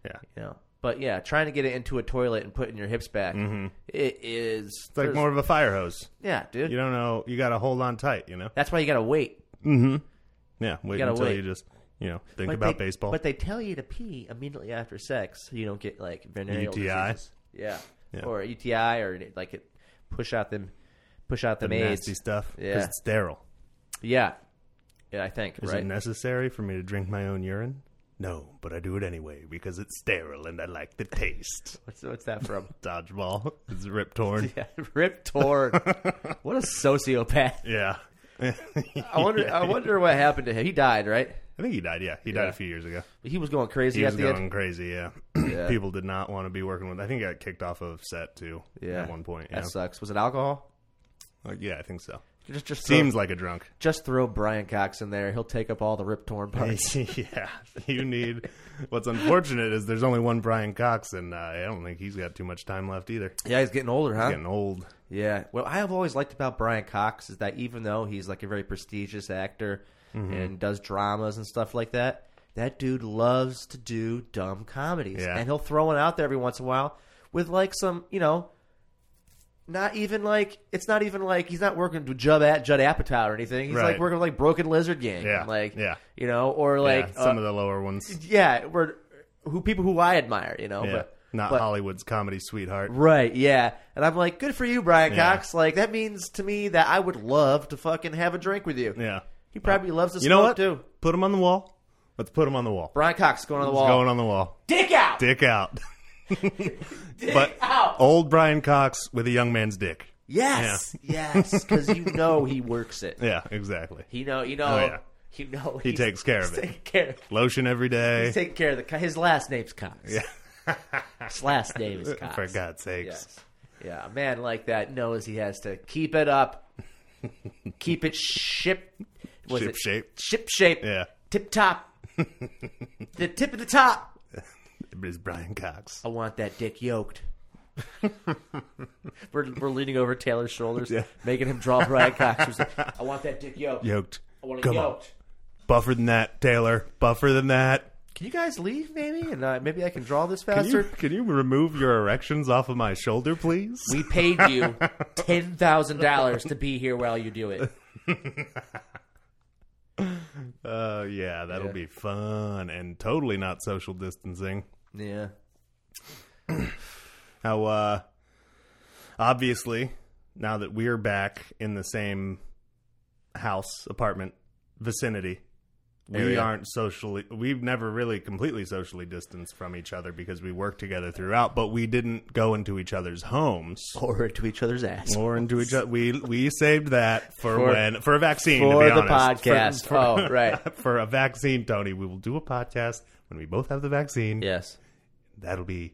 Speaker 1: Yeah.
Speaker 2: you know. But yeah, trying to get it into a toilet and putting your hips back, it is
Speaker 1: Mm-hmm. It's like
Speaker 2: there's-
Speaker 1: more of a fire hose.
Speaker 2: Yeah, dude.
Speaker 1: You don't know. You got to hold on tight. You know.
Speaker 2: That's why you gotta wait.
Speaker 1: Yeah. Wait
Speaker 2: gotta
Speaker 1: until
Speaker 2: wait.
Speaker 1: you just you know think
Speaker 2: But
Speaker 1: about
Speaker 2: they-
Speaker 1: baseball.
Speaker 2: But they tell you to pee immediately after sex, so you don't get like venereal
Speaker 1: UTI?
Speaker 2: diseases. Yeah.
Speaker 1: Yeah.
Speaker 2: or a UTI, or like it push out them, push out them
Speaker 1: the
Speaker 2: AIDS.
Speaker 1: nasty stuff. 'cause
Speaker 2: Yeah.
Speaker 1: It's sterile.
Speaker 2: Yeah, yeah, I think
Speaker 1: Is
Speaker 2: right.
Speaker 1: it necessary for me to drink my own urine? No, but I do it anyway because it's sterile and I like the taste.
Speaker 2: what's, what's that from?
Speaker 1: Dodgeball. It's Rip Torn.
Speaker 2: yeah, Rip Torn. what a sociopath.
Speaker 1: Yeah.
Speaker 2: I wonder. I wonder what happened to him. He died, right?
Speaker 1: I think he died. Yeah, he died
Speaker 2: Yeah.
Speaker 1: a few years ago.
Speaker 2: He was going crazy
Speaker 1: He
Speaker 2: at
Speaker 1: was
Speaker 2: the
Speaker 1: going
Speaker 2: end.
Speaker 1: crazy. Yeah.
Speaker 2: Yeah.
Speaker 1: people did not want to be working with. I think he got kicked off of set too.
Speaker 2: Yeah.
Speaker 1: at one point. Yeah,
Speaker 2: That sucks. Was it alcohol?
Speaker 1: Like, yeah, I think so.
Speaker 2: Just, just throw,
Speaker 1: Seems like a drunk.
Speaker 2: just throw Brian Cox in there. He'll take up all the Rip Torn parts.
Speaker 1: yeah, you need. What's unfortunate is there's only one Brian Cox, and uh, I don't think he's got too much time left either.
Speaker 2: yeah, he's getting older, huh?
Speaker 1: Getting old.
Speaker 2: Yeah. What I have always liked about Brian Cox is that even though he's like a very prestigious actor
Speaker 1: Mm-hmm.
Speaker 2: and does dramas and stuff like that, that dude loves to do dumb comedies.
Speaker 1: Yeah.
Speaker 2: And he'll throw one out there every once in a while with like some, you know, not even like it's not even like he's not working with Judd, At- Judd Apatow or anything. He's like
Speaker 1: Right.
Speaker 2: working with like Broken Lizard Gang.
Speaker 1: Yeah.
Speaker 2: Like
Speaker 1: Yeah.
Speaker 2: you know, or like
Speaker 1: yeah, some
Speaker 2: uh,
Speaker 1: of the lower ones.
Speaker 2: yeah, we're who people who I admire, you know,
Speaker 1: Yeah,
Speaker 2: but
Speaker 1: not
Speaker 2: but-
Speaker 1: Hollywood's comedy sweetheart.
Speaker 2: Right, yeah. And I'm like, good for you, Brian
Speaker 1: Yeah.
Speaker 2: Cox. Like, that means to me that I would love to fucking have a drink with you.
Speaker 1: Yeah,
Speaker 2: He probably loves to
Speaker 1: you
Speaker 2: smoke,
Speaker 1: know what?
Speaker 2: too.
Speaker 1: Put him on the wall. Let's put him on the wall.
Speaker 2: Brian Cox going on the
Speaker 1: He's
Speaker 2: wall.
Speaker 1: going on the wall.
Speaker 2: Dick out!
Speaker 1: Dick out.
Speaker 2: Dick
Speaker 1: but
Speaker 2: out!
Speaker 1: old Brian Cox with a young man's dick.
Speaker 2: Yes, yes, because you know he works it.
Speaker 1: Yeah, exactly.
Speaker 2: He know, you know,
Speaker 1: Oh, yeah.
Speaker 2: you know
Speaker 1: He takes care of it.
Speaker 2: Taking care,
Speaker 1: Lotion every
Speaker 2: he's
Speaker 1: day.
Speaker 2: taking care of the. co- His last name's Cox. Yeah. his last name is Cox.
Speaker 1: For God's sakes.
Speaker 2: Yes. Yeah, a man like that knows he has to keep it up, keep it ship. Was
Speaker 1: Ship
Speaker 2: it
Speaker 1: shape.
Speaker 2: Ship shape.
Speaker 1: Yeah.
Speaker 2: Tip top. the tip of the top.
Speaker 1: It is Brian Cox.
Speaker 2: I want that dick yoked. we're, we're leaning over Taylor's shoulders,
Speaker 1: Yeah.
Speaker 2: making him draw Brian Cox. He's like, I want that dick yoked.
Speaker 1: Yoked.
Speaker 2: I want it
Speaker 1: Come on.
Speaker 2: yoked.
Speaker 1: Buffer than that, Taylor. Buffer than that.
Speaker 2: Can you guys leave, maybe? And uh, maybe I can draw this
Speaker 1: Can you,
Speaker 2: faster.
Speaker 1: can you remove your erections off of my shoulder, please?
Speaker 2: We paid you ten thousand dollars to be here while you do it.
Speaker 1: Uh, yeah, that'll
Speaker 2: Yeah.
Speaker 1: be fun and totally not social distancing.
Speaker 2: Yeah.
Speaker 1: How, uh, obviously, now that we're back in the same house, apartment, vicinity, we
Speaker 2: Area.
Speaker 1: aren't socially, we've never really completely socially distanced from each other because we worked together throughout, but we didn't go into each other's homes.
Speaker 2: Or to each other's ass.
Speaker 1: Or into each other. We we saved that for,
Speaker 2: For-
Speaker 1: when for a vaccine to
Speaker 2: for
Speaker 1: be
Speaker 2: the
Speaker 1: honest. For-
Speaker 2: podcast.
Speaker 1: for-
Speaker 2: oh, right.
Speaker 1: for a vaccine, Tony. We will do a podcast when we both have the vaccine.
Speaker 2: Yes.
Speaker 1: That'll be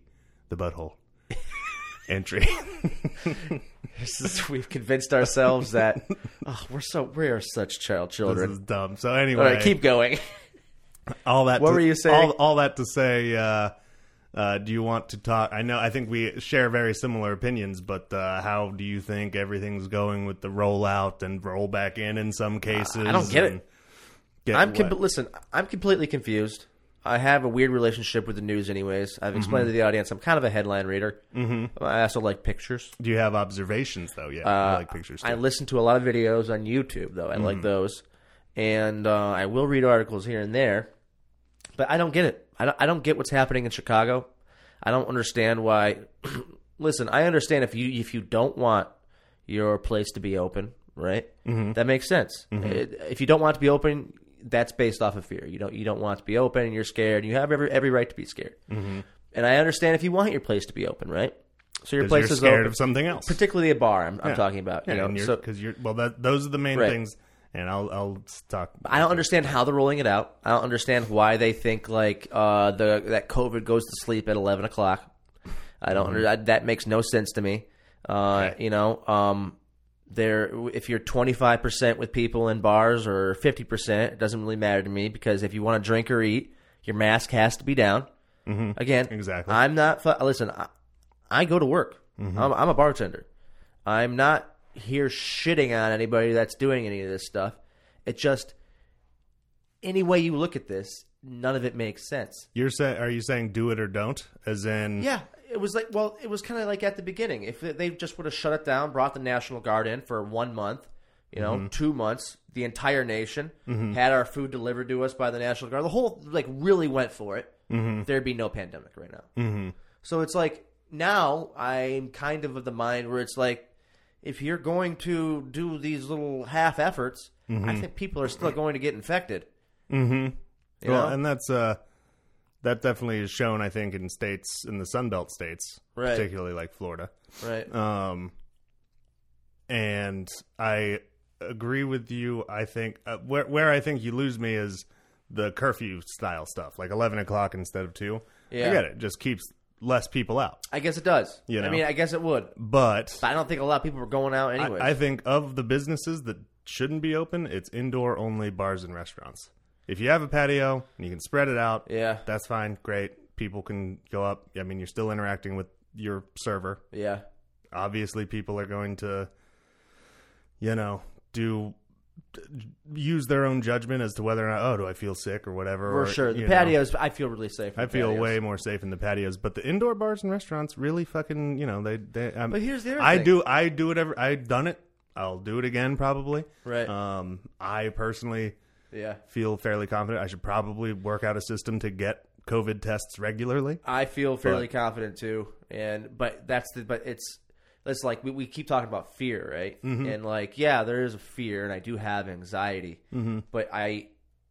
Speaker 1: the butthole entry.
Speaker 2: This is, we've convinced ourselves that oh, we're so we are such child
Speaker 1: this
Speaker 2: children.
Speaker 1: is dumb. So anyway,
Speaker 2: All right, keep going.
Speaker 1: all that.
Speaker 2: what
Speaker 1: to,
Speaker 2: were you saying?
Speaker 1: All, all that to say. Uh, uh, do you want to talk? I know. I think we share very similar opinions, but uh, how do you think everything's going with the rollout and roll back in in some cases?
Speaker 2: Uh, I don't get it.
Speaker 1: and Get
Speaker 2: I'm
Speaker 1: what?
Speaker 2: com- listen. I'm completely confused. I have a weird relationship with the news. Anyways, I've explained to the audience I'm kind of a headline reader. Mm-hmm. I also like pictures.
Speaker 1: do you have observations though? Yeah, I like pictures.
Speaker 2: Uh, I
Speaker 1: too.
Speaker 2: listen to a lot of videos on YouTube, though. I
Speaker 1: Mm-hmm.
Speaker 2: like those, and uh, I will read articles here and there, but I don't get it. I don't, I don't get what's happening in Chicago. I don't understand why. listen, I understand if you if you don't want your place to be open, right?
Speaker 1: Mm-hmm.
Speaker 2: That makes sense. It- if you don't want it to be open, that's based off of fear. You don't you don't want it to be open, and you're scared. You have every every right to be scared.
Speaker 1: Mm-hmm.
Speaker 2: And I understand if you want your place to be open, right? So your
Speaker 1: 'Cause
Speaker 2: place
Speaker 1: you're
Speaker 2: is
Speaker 1: scared
Speaker 2: open
Speaker 1: of something else.
Speaker 2: particularly a bar. I'm, I'm talking about. You know,
Speaker 1: because
Speaker 2: so
Speaker 1: you're, well. That those are the main
Speaker 2: Right.
Speaker 1: things, and I'll I'll talk.
Speaker 2: I don't understand how they're rolling it out. I don't understand why they think like uh, the that COVID goes to sleep at 11 o'clock. I don't. under- I- that makes no sense to me. Uh, You know, um, there. If you're 25 percent with people in bars or 50 percent, it doesn't really matter to me because if you want to drink or eat, your mask has to be down. Mm-hmm. Again,
Speaker 1: Exactly.
Speaker 2: I'm not. fu- Listen, I, I go to work. I'm, I'm a bartender. I'm not here shitting on anybody that's doing any of this stuff. It just any way you look at this, none of it makes sense.
Speaker 1: You're saying, are you saying do it or don't? As in,
Speaker 2: Yeah, it was like well, it was kind of like at the beginning. If they just would have shut it down, brought the National Guard in for one month, you know,
Speaker 1: Mm-hmm.
Speaker 2: two months, the entire nation had our food delivered to us by the National Guard. The whole like really went for it.
Speaker 1: Mm-hmm.
Speaker 2: There'd be no pandemic right now. Mm-hmm. So it's like now I'm kind of of the mind where it's like if you're going to do these little half efforts,
Speaker 1: Mm-hmm.
Speaker 2: I think people are still going to get infected. Mm-hmm. You
Speaker 1: well,
Speaker 2: know?
Speaker 1: and that's uh, that definitely is shown, I think, in states in the Sun Belt states,
Speaker 2: Right.
Speaker 1: particularly like Florida.
Speaker 2: right.
Speaker 1: Um, and I agree with you. I think uh, where where I think you lose me is the curfew style stuff, like eleven o'clock instead of two. I
Speaker 2: Yeah.
Speaker 1: get it. Just keeps less people out.
Speaker 2: I guess it does.
Speaker 1: You know.
Speaker 2: I mean, I guess it would.
Speaker 1: But
Speaker 2: But I don't think a lot of people were going out anyway.
Speaker 1: I, I think of the businesses that shouldn't be open, it's indoor only bars and restaurants. If you have a patio and you can spread it out,
Speaker 2: Yeah.
Speaker 1: that's fine. Great. People can go up. I mean, you're still interacting with your server.
Speaker 2: yeah.
Speaker 1: Obviously, people are going to, you know, do use their own judgment as to whether or not, oh, do I feel sick or whatever.
Speaker 2: For
Speaker 1: or,
Speaker 2: sure.
Speaker 1: you
Speaker 2: The
Speaker 1: know.
Speaker 2: patios, I feel really safe. in
Speaker 1: I
Speaker 2: the
Speaker 1: feel
Speaker 2: patios.
Speaker 1: way more safe in the patios, but the indoor bars and restaurants really fucking, you know, they they. Um,
Speaker 2: But here's the other
Speaker 1: I
Speaker 2: thing.
Speaker 1: do I do whatever I've done it. I'll do it again probably.
Speaker 2: Right.
Speaker 1: Um, I personally
Speaker 2: Yeah.
Speaker 1: feel fairly confident. I should probably work out a system to get COVID tests regularly.
Speaker 2: I feel fairly confident too. And, but that's the, but it's, it's like we, we keep talking about fear, right?
Speaker 1: Mm-hmm.
Speaker 2: And like, yeah, there is a fear and I do have anxiety,
Speaker 1: Mm-hmm.
Speaker 2: but I,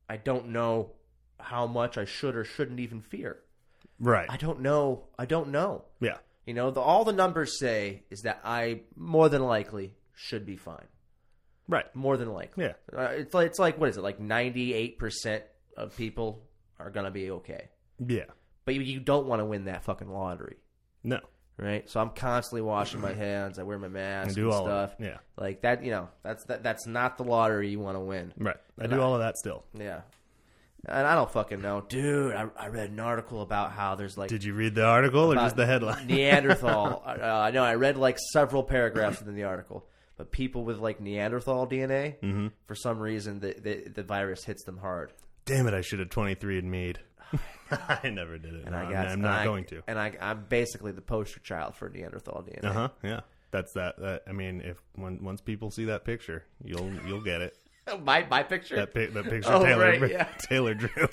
Speaker 2: I don't know how much I should or shouldn't even fear.
Speaker 1: Right.
Speaker 2: I don't know. I don't know.
Speaker 1: yeah.
Speaker 2: You know, the, all the numbers say is that I more than likely should be fine.
Speaker 1: Right.
Speaker 2: More than likely.
Speaker 1: Yeah.
Speaker 2: Uh, it's like it's like what is it? Like ninety eight percent of people are gonna be okay,
Speaker 1: Yeah.
Speaker 2: but you, you don't want to win that fucking lottery,
Speaker 1: No.
Speaker 2: right? So I'm constantly washing my hands. I wear my
Speaker 1: I
Speaker 2: mask and,
Speaker 1: do all
Speaker 2: stuff.
Speaker 1: Of it. Yeah.
Speaker 2: Like that, you know, that's that, that's not the lottery you want to win.
Speaker 1: Right. I do all of that still.
Speaker 2: Yeah. And I don't fucking know, dude. I, I read an article about how there's like
Speaker 1: Did you read the article or
Speaker 2: about
Speaker 1: just the headline?
Speaker 2: Neanderthal. uh, I know I read like several paragraphs within the article, but people with like Neanderthal DNA,
Speaker 1: Mm-hmm.
Speaker 2: for some reason, the, the the virus hits them hard.
Speaker 1: Damn it! I should have twenty three and mead. I never did it. And
Speaker 2: I
Speaker 1: I
Speaker 2: guess
Speaker 1: am
Speaker 2: and
Speaker 1: not
Speaker 2: I-
Speaker 1: going to.
Speaker 2: And I, I'm basically the poster child for Neanderthal DNA.
Speaker 1: Uh huh. Yeah. That's that, that. I mean, if when once people see that picture, you'll you'll get it.
Speaker 2: my my picture.
Speaker 1: That, pi- that picture
Speaker 2: Oh,
Speaker 1: Taylor
Speaker 2: right, yeah.
Speaker 1: Taylor drew.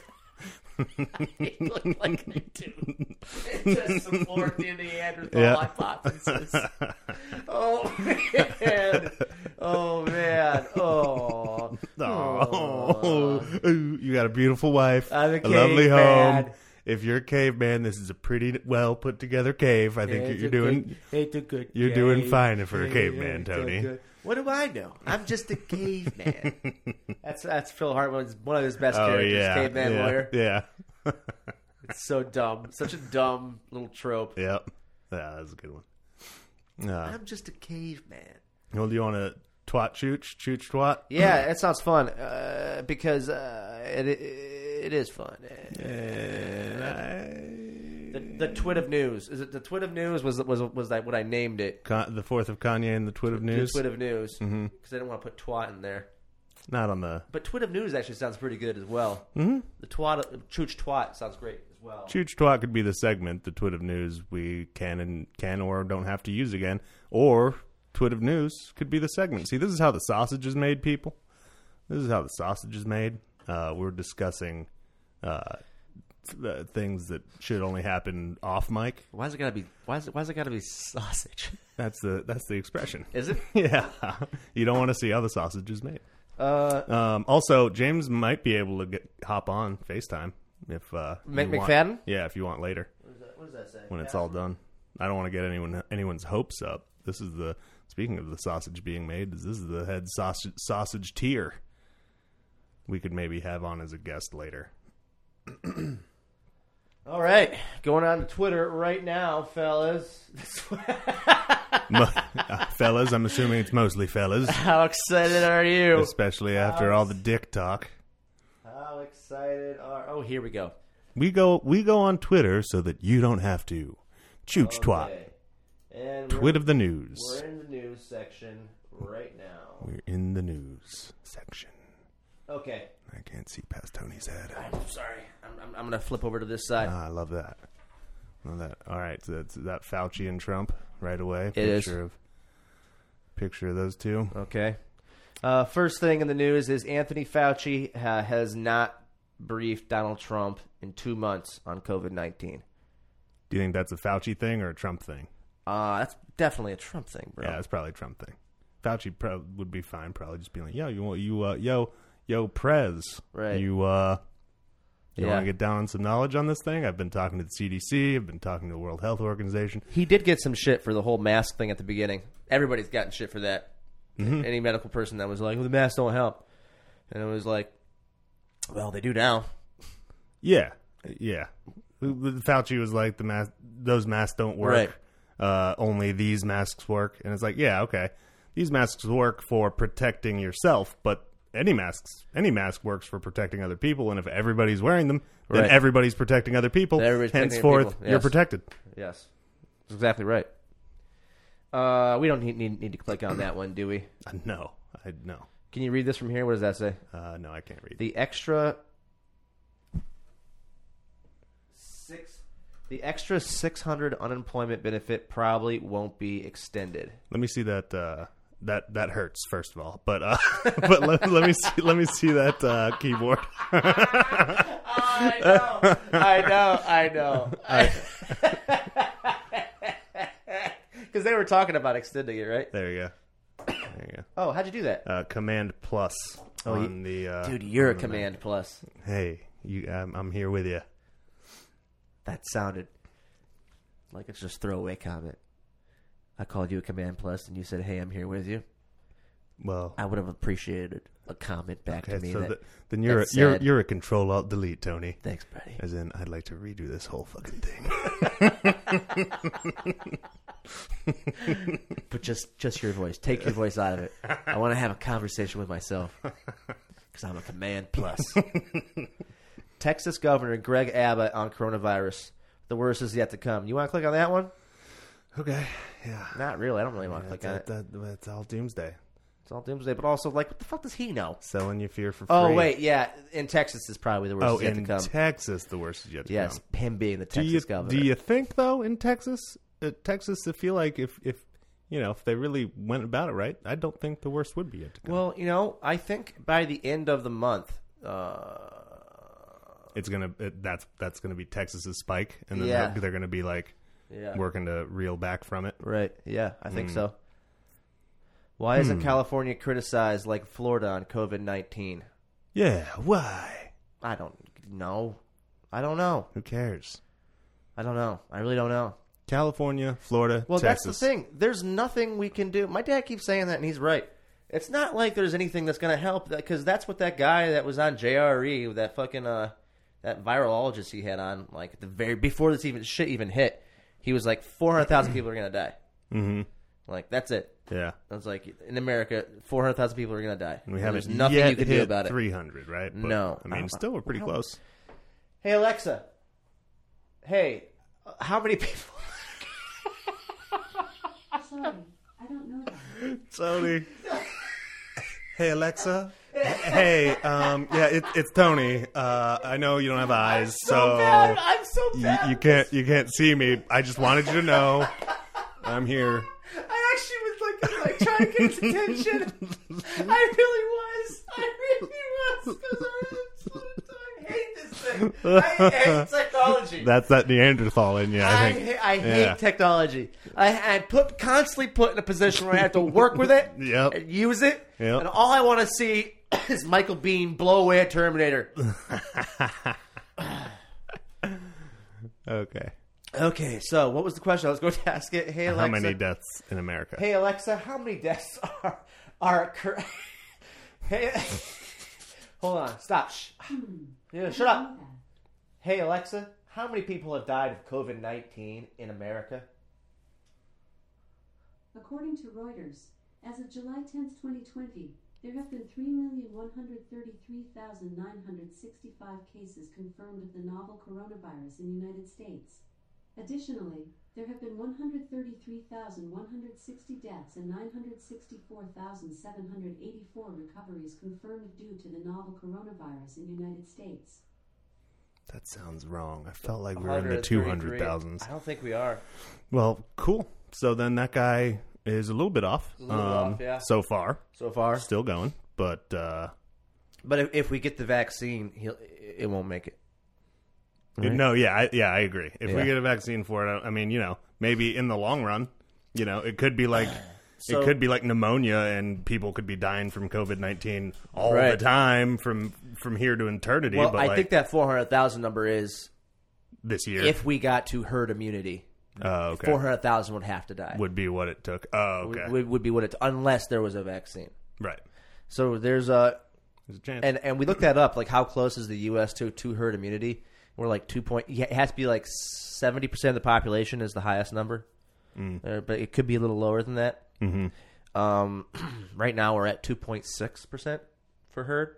Speaker 2: It looked like I do. It just supports the Neanderthal
Speaker 1: Yeah.
Speaker 2: hypothesis. Oh man! Oh man! Oh.
Speaker 1: Oh, you got a beautiful wife,
Speaker 2: I'm a
Speaker 1: lovely
Speaker 2: caveman.
Speaker 1: home. If you're a caveman, this is a pretty well put together cave. I think
Speaker 2: It's
Speaker 1: you're
Speaker 2: a
Speaker 1: doing.
Speaker 2: good- it's a good
Speaker 1: you're doing
Speaker 2: cave.
Speaker 1: fine for a
Speaker 2: Yeah,
Speaker 1: caveman,
Speaker 2: it's a
Speaker 1: Tony.
Speaker 2: good- What do I know? I'm just a caveman. that's that's Phil Hartman's one of his best
Speaker 1: Oh
Speaker 2: characters,
Speaker 1: yeah,
Speaker 2: caveman
Speaker 1: yeah,
Speaker 2: lawyer.
Speaker 1: Yeah,
Speaker 2: It's so dumb, such a dumb little trope.
Speaker 1: yeah, yeah. That's a good one. Uh,
Speaker 2: I'm just a caveman.
Speaker 1: well, do you want to twat chooch chooch twat?
Speaker 2: Yeah, it sounds fun uh, because uh, it, it is fun. The, the twit of news is it the twit of news was was was that what I named it?
Speaker 1: Con- the fourth of Kanye and the twit of
Speaker 2: The
Speaker 1: news.
Speaker 2: twit of news Mm-hmm. because I didn't want to put twat in there.
Speaker 1: Not on the
Speaker 2: But twit of news actually sounds pretty good as well. Mm-hmm. The twat, chooch twat sounds great as well.
Speaker 1: Chooch Twat could be the segment, the Twit of News we can and can or don't have to use again. Or Twit of News could be the segment. See, this is how the sausage is made, people. This is how the sausage is made. Uh, we're discussing uh, th- uh, things that should only happen off mic.
Speaker 2: Why is it gotta be? Why is it? Why is it gotta be sausage?
Speaker 1: That's the that's the expression.
Speaker 2: Is it?
Speaker 1: yeah, you don't want to see how the sausage is made.
Speaker 2: Uh,
Speaker 1: Um, also, James might be able to get, hop on Facetime if uh,
Speaker 2: Mc-
Speaker 1: you want-
Speaker 2: McFadden?
Speaker 1: Yeah, if you want later.
Speaker 2: what, does that, what does that say?
Speaker 1: when it's all done. I don't want to get anyone anyone's hopes up. This is the speaking of the sausage being made. This is the head sausage sausage tier. We could maybe have on as a guest later.
Speaker 2: All right, going on to Twitter right now, fellas.
Speaker 1: Mo- uh, fellas, I'm assuming it's mostly fellas,
Speaker 2: How excited are you?
Speaker 1: especially after all the dick talk.
Speaker 2: How excited are? Oh, here we go.
Speaker 1: We go we go on Twitter so that you don't have to. Chooch twat.
Speaker 2: Okay. And we're,
Speaker 1: Twit of the news.
Speaker 2: we're in the news section right now.
Speaker 1: We're in the news section.
Speaker 2: Okay.
Speaker 1: I can't see past Tony's head.
Speaker 2: I'm sorry. I'm, I'm, I'm gonna flip over to this side.
Speaker 1: Ah, I love that. Love that. All right, so that's that Fauci and Trump right away.
Speaker 2: is. Oh.
Speaker 1: picture of picture of those two.
Speaker 2: Okay. Uh, first thing in the news is Anthony Fauci uh, has not briefed Donald Trump in two months on COVID 19.
Speaker 1: Do you think that's a Fauci thing or a Trump thing?
Speaker 2: Uh, that's definitely a Trump thing, bro.
Speaker 1: Yeah, that's probably a Trump thing. Fauci prob would be fine. Probably just being like, yo, you want you uh, yo yo Prez,
Speaker 2: Right.
Speaker 1: You uh, you
Speaker 2: Yeah.
Speaker 1: want to get down on some knowledge on this thing? I've been talking to the CDC. I've been talking to the World Health Organization.
Speaker 2: He did get some shit for the whole mask thing at the beginning. Everybody's gotten shit for that. Any medical person that was like, well, the masks don't help. And it was like, well, they do now.
Speaker 1: Yeah, yeah. Fauci was like the mask; those masks don't work. Uh, only these masks work, and it's like, yeah, okay, these masks work for protecting yourself, but any masks, any mask works for protecting other people. And if everybody's wearing them, then
Speaker 2: Right.
Speaker 1: everybody's protecting other people.
Speaker 2: Then everybody's protecting other
Speaker 1: Henceforth,
Speaker 2: people,
Speaker 1: you're
Speaker 2: yes.
Speaker 1: protected.
Speaker 2: Yes. That's exactly right. Uh, we don't need, need, need to click on that one, do we?
Speaker 1: Uh, No, I no,
Speaker 2: Can you read this from here? What does that say?
Speaker 1: uh, no, I can't read.
Speaker 2: the extra six the extra 600 unemployment benefit probably won't be extended
Speaker 1: Let me see that. Uh, that that hurts first of all, but uh, but let, let me see let me see that uh, keyboard.
Speaker 2: i know i know i know because they were talking about extending it right
Speaker 1: There you go. There you go.
Speaker 2: oh how'd you do that
Speaker 1: uh, Command Plus on the. Uh,
Speaker 2: dude you're a command plus
Speaker 1: hey, you, I'm, I'm here with you.
Speaker 2: that sounded like it's just throwaway comment i called you a command plus and you said hey i'm here with you
Speaker 1: Well,
Speaker 2: i would have appreciated a comment back to
Speaker 1: okay,
Speaker 2: me
Speaker 1: so
Speaker 2: that
Speaker 1: th- then you're a,
Speaker 2: that's
Speaker 1: you're
Speaker 2: sad.
Speaker 1: you're a Control Alt Delete, Tony.
Speaker 2: thanks buddy
Speaker 1: As in, I'd like to redo this whole fucking thing.
Speaker 2: but just just your voice. Take your voice out of it. I want to have a conversation with myself because I'm a command plus. Texas Governor Greg Abbott on coronavirus. The worst is yet to come. You want to click on that one?
Speaker 1: okay, yeah.
Speaker 2: Not really. I don't really want to
Speaker 1: That,
Speaker 2: click on
Speaker 1: that,
Speaker 2: it.
Speaker 1: that, that's all doomsday.
Speaker 2: It's all doomsday, but also like, what the fuck does he know?
Speaker 1: Selling you fear for free.
Speaker 2: Oh wait, yeah. In Texas is probably the worst
Speaker 1: Oh,
Speaker 2: is yet to
Speaker 1: in
Speaker 2: come.
Speaker 1: Texas, the worst is yet to
Speaker 2: yes,
Speaker 1: come.
Speaker 2: him being the
Speaker 1: Do
Speaker 2: Texas
Speaker 1: you
Speaker 2: governor.
Speaker 1: do you think though in Texas, uh, Texas, I feel like if if you know if they really went about it right, I don't think the worst would be yet to come.
Speaker 2: well, you know, I think by the end of the month, uh,
Speaker 1: it's gonna it, that's that's gonna be Texas's spike, and then
Speaker 2: Yeah.
Speaker 1: they're, they're gonna be like
Speaker 2: yeah.
Speaker 1: working to reel back from it.
Speaker 2: Right. Yeah, I think so. Why isn't California criticized like Florida on COVID nineteen?
Speaker 1: Yeah, why?
Speaker 2: I don't know. I don't know.
Speaker 1: Who cares?
Speaker 2: I don't know. I really don't know.
Speaker 1: California, Florida,
Speaker 2: Well,
Speaker 1: Texas.
Speaker 2: that's the thing. There's nothing we can do. My dad keeps saying that, and he's right. It's not like there's anything that's going to help because that's what that guy that was on JRE, that fucking uh, that virologist he had on, like at the very before this even shit even hit, he was like four hundred thousand people are going to die. Mm-hmm. Like that's it.
Speaker 1: Yeah,
Speaker 2: I was like, in America, 400,000 people are going to die.
Speaker 1: and we
Speaker 2: And
Speaker 1: haven't
Speaker 2: There's nothing
Speaker 1: yet
Speaker 2: you can
Speaker 1: hit
Speaker 2: do about it.
Speaker 1: Three hundred, right? But,
Speaker 2: No.
Speaker 1: I mean,
Speaker 2: Uh,
Speaker 1: still we're pretty
Speaker 2: well-
Speaker 1: close.
Speaker 2: Hey, Alexa. Hey, uh, how many people?
Speaker 3: Sorry, I don't know that.
Speaker 1: Tony. hey Alexa. hey, um, yeah, it, it's Tony. Uh, I know you don't have eyes, so
Speaker 2: bad. I'm so
Speaker 1: Oh. you,
Speaker 2: bad.
Speaker 1: you can't you can't see me. I just wanted you to know I'm here.
Speaker 2: I actually was like, like trying to get his attention. I really was. I really was. Because I really just wanted to- I hate this thing. I hate technology.
Speaker 1: That's that Neanderthal in you, I
Speaker 2: I,
Speaker 1: think.
Speaker 2: ha- I hate
Speaker 1: Yeah.
Speaker 2: technology. I, I put constantly put in a position where I have to work with it
Speaker 1: Yep.
Speaker 2: and use it,
Speaker 1: Yep.
Speaker 2: and all I want to see is Michael Bean blow away a Terminator.
Speaker 1: Okay.
Speaker 2: okay, so what was the question? I was going to ask it. Hey Alexa,
Speaker 1: How many deaths in America?
Speaker 2: hey Alexa, how many deaths are are occur- Hey, hold on, stop. Shh.
Speaker 3: Hmm.
Speaker 2: Yeah, shut up. Hey Alexa, how many people have died of COVID nineteen in America?
Speaker 3: According According to Reuters, as of July 10, 2020, there have been 3,133,965 cases confirmed of the novel coronavirus in the United States. Additionally, there have been 133,160 deaths and 964,784 recoveries confirmed due to the novel coronavirus in the United States.
Speaker 1: That sounds wrong. I felt like we were in the 200,000s.
Speaker 2: I don't think we are.
Speaker 1: Well, cool. So then that guy is a little bit off. um,
Speaker 2: little off, yeah.
Speaker 1: So far,
Speaker 2: So far.
Speaker 1: still going, but uh,
Speaker 2: But if, if we get the vaccine, he'll, it won't make it. Right.
Speaker 1: no, yeah, I, yeah, I agree. If
Speaker 2: Yeah.
Speaker 1: we get a vaccine for it, I, I mean, you know, maybe in the long run, you know, it could be like.
Speaker 2: So-
Speaker 1: it could be like pneumonia, and people could be dying from COVID nineteen all
Speaker 2: Right.
Speaker 1: the time from from here to eternity.
Speaker 2: Well,
Speaker 1: but
Speaker 2: I
Speaker 1: like
Speaker 2: think that 400,000 number is
Speaker 1: this year,
Speaker 2: if we got to herd immunity,
Speaker 1: oh, okay,
Speaker 2: 400,000 would have to die.
Speaker 1: would be what it took. Oh, okay,
Speaker 2: would, would be what it unless there was a vaccine.
Speaker 1: right.
Speaker 2: So there's a
Speaker 1: There's a chance.
Speaker 2: and and we looked that up like how close is the US to to herd immunity? We're like 2 point it has to be like 70% of the population is the highest number.
Speaker 1: Mm.
Speaker 2: Uh, but it could be a little lower than that. Mm-hmm. Um, right now we're at 2.6% for herd.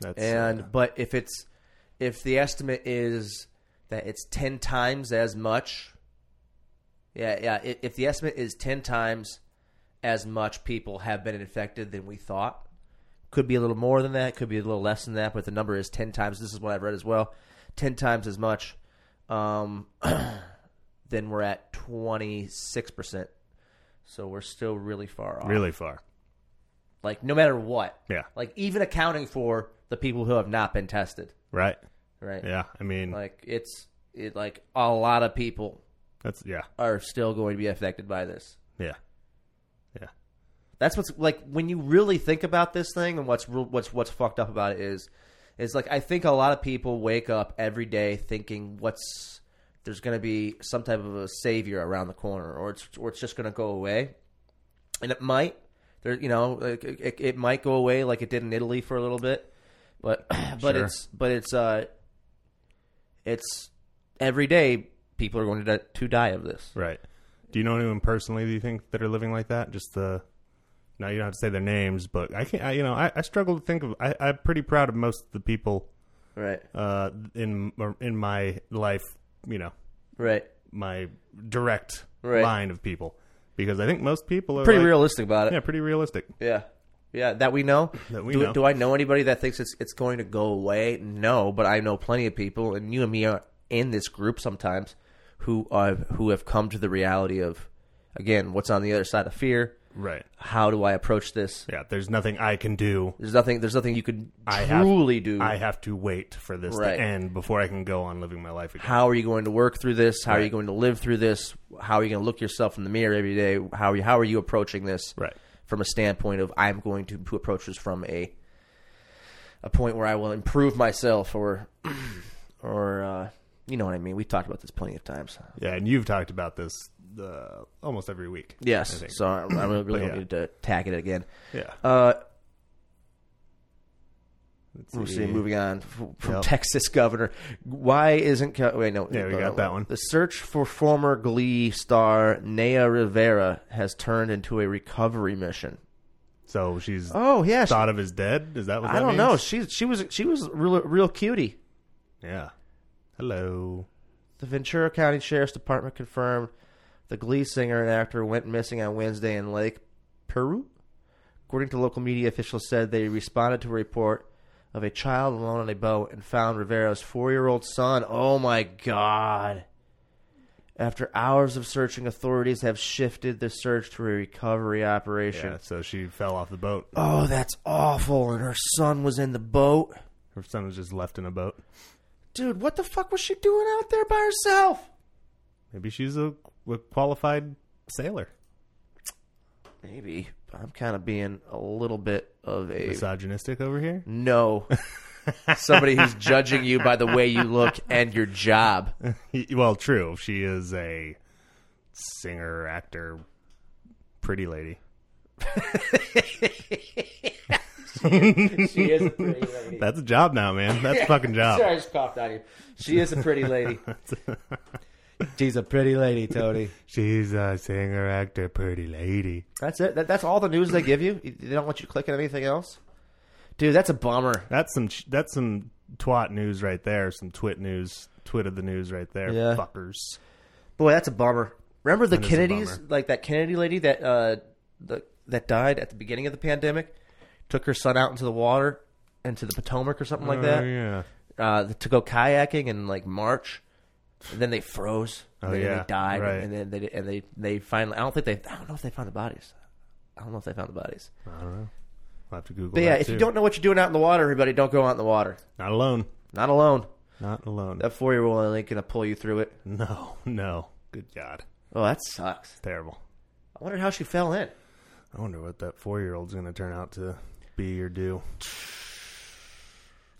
Speaker 1: That's,
Speaker 2: and but if it's if the estimate is that it's 10 times as much yeah yeah i- if the estimate is 10 times as much people have been infected than we thought could be a little more than that could be a little less than that but the number is 10 times this is what i've read as well 10 times as much um then we're at 26% so we're still really far off
Speaker 1: uh, really far.
Speaker 2: like no matter what
Speaker 1: Yeah.
Speaker 2: like even accounting for the people who have not been tested
Speaker 1: Right.
Speaker 2: right
Speaker 1: Yeah. I mean,
Speaker 2: like it's it like a lot of people
Speaker 1: that's yeah.
Speaker 2: are still going to be affected by this
Speaker 1: Yeah. Yeah.
Speaker 2: that's what's like when you really think about this thing and what's real, what's what's fucked up about it is is like i think a lot of people wake up every day thinking what's there's going to be some type of a savior around the corner or it's or it's just going to go away and it might there you know like, it, it, it might go away like it did in italy for a little bit but but
Speaker 1: Sure.
Speaker 2: it's but it's uh it's every day people are going to, di- to die of this
Speaker 1: Right. Do you know anyone personally? Do you think that are living like that? Just the. No, you don't have to say their names, but I can't. I, you know, I, I struggle to think of. I, I'm pretty proud of most of the people
Speaker 2: right
Speaker 1: uh, in in my life. You know,
Speaker 2: right
Speaker 1: my direct
Speaker 2: Right.
Speaker 1: line of people, because I think most people are
Speaker 2: pretty
Speaker 1: like-
Speaker 2: realistic about it
Speaker 1: Yeah, pretty realistic.
Speaker 2: Yeah. Yeah, that we know.
Speaker 1: That we
Speaker 2: do,
Speaker 1: know.
Speaker 2: do I know anybody that thinks it's it's going to go away? No, but I know plenty of people, and you and me are in this group sometimes, who are who have come to the reality of, again, what's on the other side of fear.
Speaker 1: Right.
Speaker 2: How do I approach this?
Speaker 1: Yeah. There's nothing I can do.
Speaker 2: There's nothing. There's nothing you could
Speaker 1: I have-
Speaker 2: truly do.
Speaker 1: I have to wait for this
Speaker 2: Mm. Right.
Speaker 1: to end before I can go on living my life again.
Speaker 2: how are you going to work through this? How are you going to live through this? How are you going to look yourself in the mirror every day? How are you, how are you approaching this?
Speaker 1: Right.
Speaker 2: From a standpoint of I'm going to approach this from a a point where I will improve myself or or uh, you know what I mean. We've talked about this plenty of times.
Speaker 1: Yeah, and you've talked about this uh, almost every week.
Speaker 2: Yes.
Speaker 1: think.
Speaker 2: So I, I really, really don't
Speaker 1: yeah.
Speaker 2: need to tack it again.
Speaker 1: Yeah.
Speaker 2: Uh,
Speaker 1: Let's
Speaker 2: We'll see. Moving on f- from
Speaker 1: Yep.
Speaker 2: Texas governor. Why isn't Cal- wait no?
Speaker 1: Yeah, we
Speaker 2: no,
Speaker 1: got
Speaker 2: no,
Speaker 1: that
Speaker 2: no.
Speaker 1: one.
Speaker 2: The search for former Glee star Nea Rivera has turned into a recovery mission.
Speaker 1: So she's
Speaker 2: Oh yeah, she-
Speaker 1: thought of as dead. Is that what
Speaker 2: I
Speaker 1: that
Speaker 2: don't
Speaker 1: means?
Speaker 2: know. She she was she was a real real cutie.
Speaker 1: Yeah. Hello.
Speaker 2: The Ventura County Sheriff's Department confirmed the Glee singer and actor went missing on Wednesday in Lake Peru. According to local media officials, said they responded to a report of a child alone on a boat and found Rivera's four-year-old son. Oh my God! After hours of searching, authorities have shifted the search to a recovery operation.
Speaker 1: Yeah. So she fell off the boat.
Speaker 2: Oh, that's awful! And her son was in the boat.
Speaker 1: Her son was just left in a boat.
Speaker 2: Dude, what the fuck was she doing out there by herself?
Speaker 1: Maybe she's a, a qualified sailor.
Speaker 2: Maybe. I'm kind of being a little bit of a
Speaker 1: Misogynistic over here.
Speaker 2: no. Somebody who's judging you by the way you look and your job.
Speaker 1: well, true. She is a singer, actor, pretty lady.
Speaker 2: She is a pretty lady.
Speaker 1: That's a job now, man. That's a fucking job.
Speaker 2: Sorry, I just coughed on you. She is a pretty lady. She's a pretty lady, Tony.
Speaker 1: She's a singer, actor, pretty lady.
Speaker 2: That's it. That, that's all the news they give you. They don't want you clicking anything else. Dude, that's a bummer.
Speaker 1: That's some sh- that's some twat news right there. Some twit news, twit of the news right there.
Speaker 2: Yeah.
Speaker 1: Fuckers.
Speaker 2: Boy, that's a bummer. Remember the
Speaker 1: That is a
Speaker 2: Kennedys,
Speaker 1: bummer.
Speaker 2: like that Kennedy lady that uh, the, that died at the beginning of the pandemic, took her son out into the water, into the Potomac or something like
Speaker 1: Oh,
Speaker 2: that,
Speaker 1: yeah.
Speaker 2: uh, to go kayaking in like March. And then they froze. And
Speaker 1: Oh,
Speaker 2: then
Speaker 1: yeah.
Speaker 2: they died,
Speaker 1: Right.
Speaker 2: and then they and they they finally. I don't think they. I don't know if they found the bodies. I don't know if they found the bodies.
Speaker 1: I don't know. I'll have to Google.
Speaker 2: But yeah,
Speaker 1: that
Speaker 2: if you
Speaker 1: too.
Speaker 2: don't know what you're doing out in the water, everybody, don't go out in the water.
Speaker 1: not alone,
Speaker 2: Not alone.
Speaker 1: not alone.
Speaker 2: That four year old ain't gonna pull you through it.
Speaker 1: No, no. Good God,
Speaker 2: Oh, that sucks.
Speaker 1: terrible.
Speaker 2: I wonder how she fell in.
Speaker 1: I wonder what that four-year-old's going to turn out to be or do.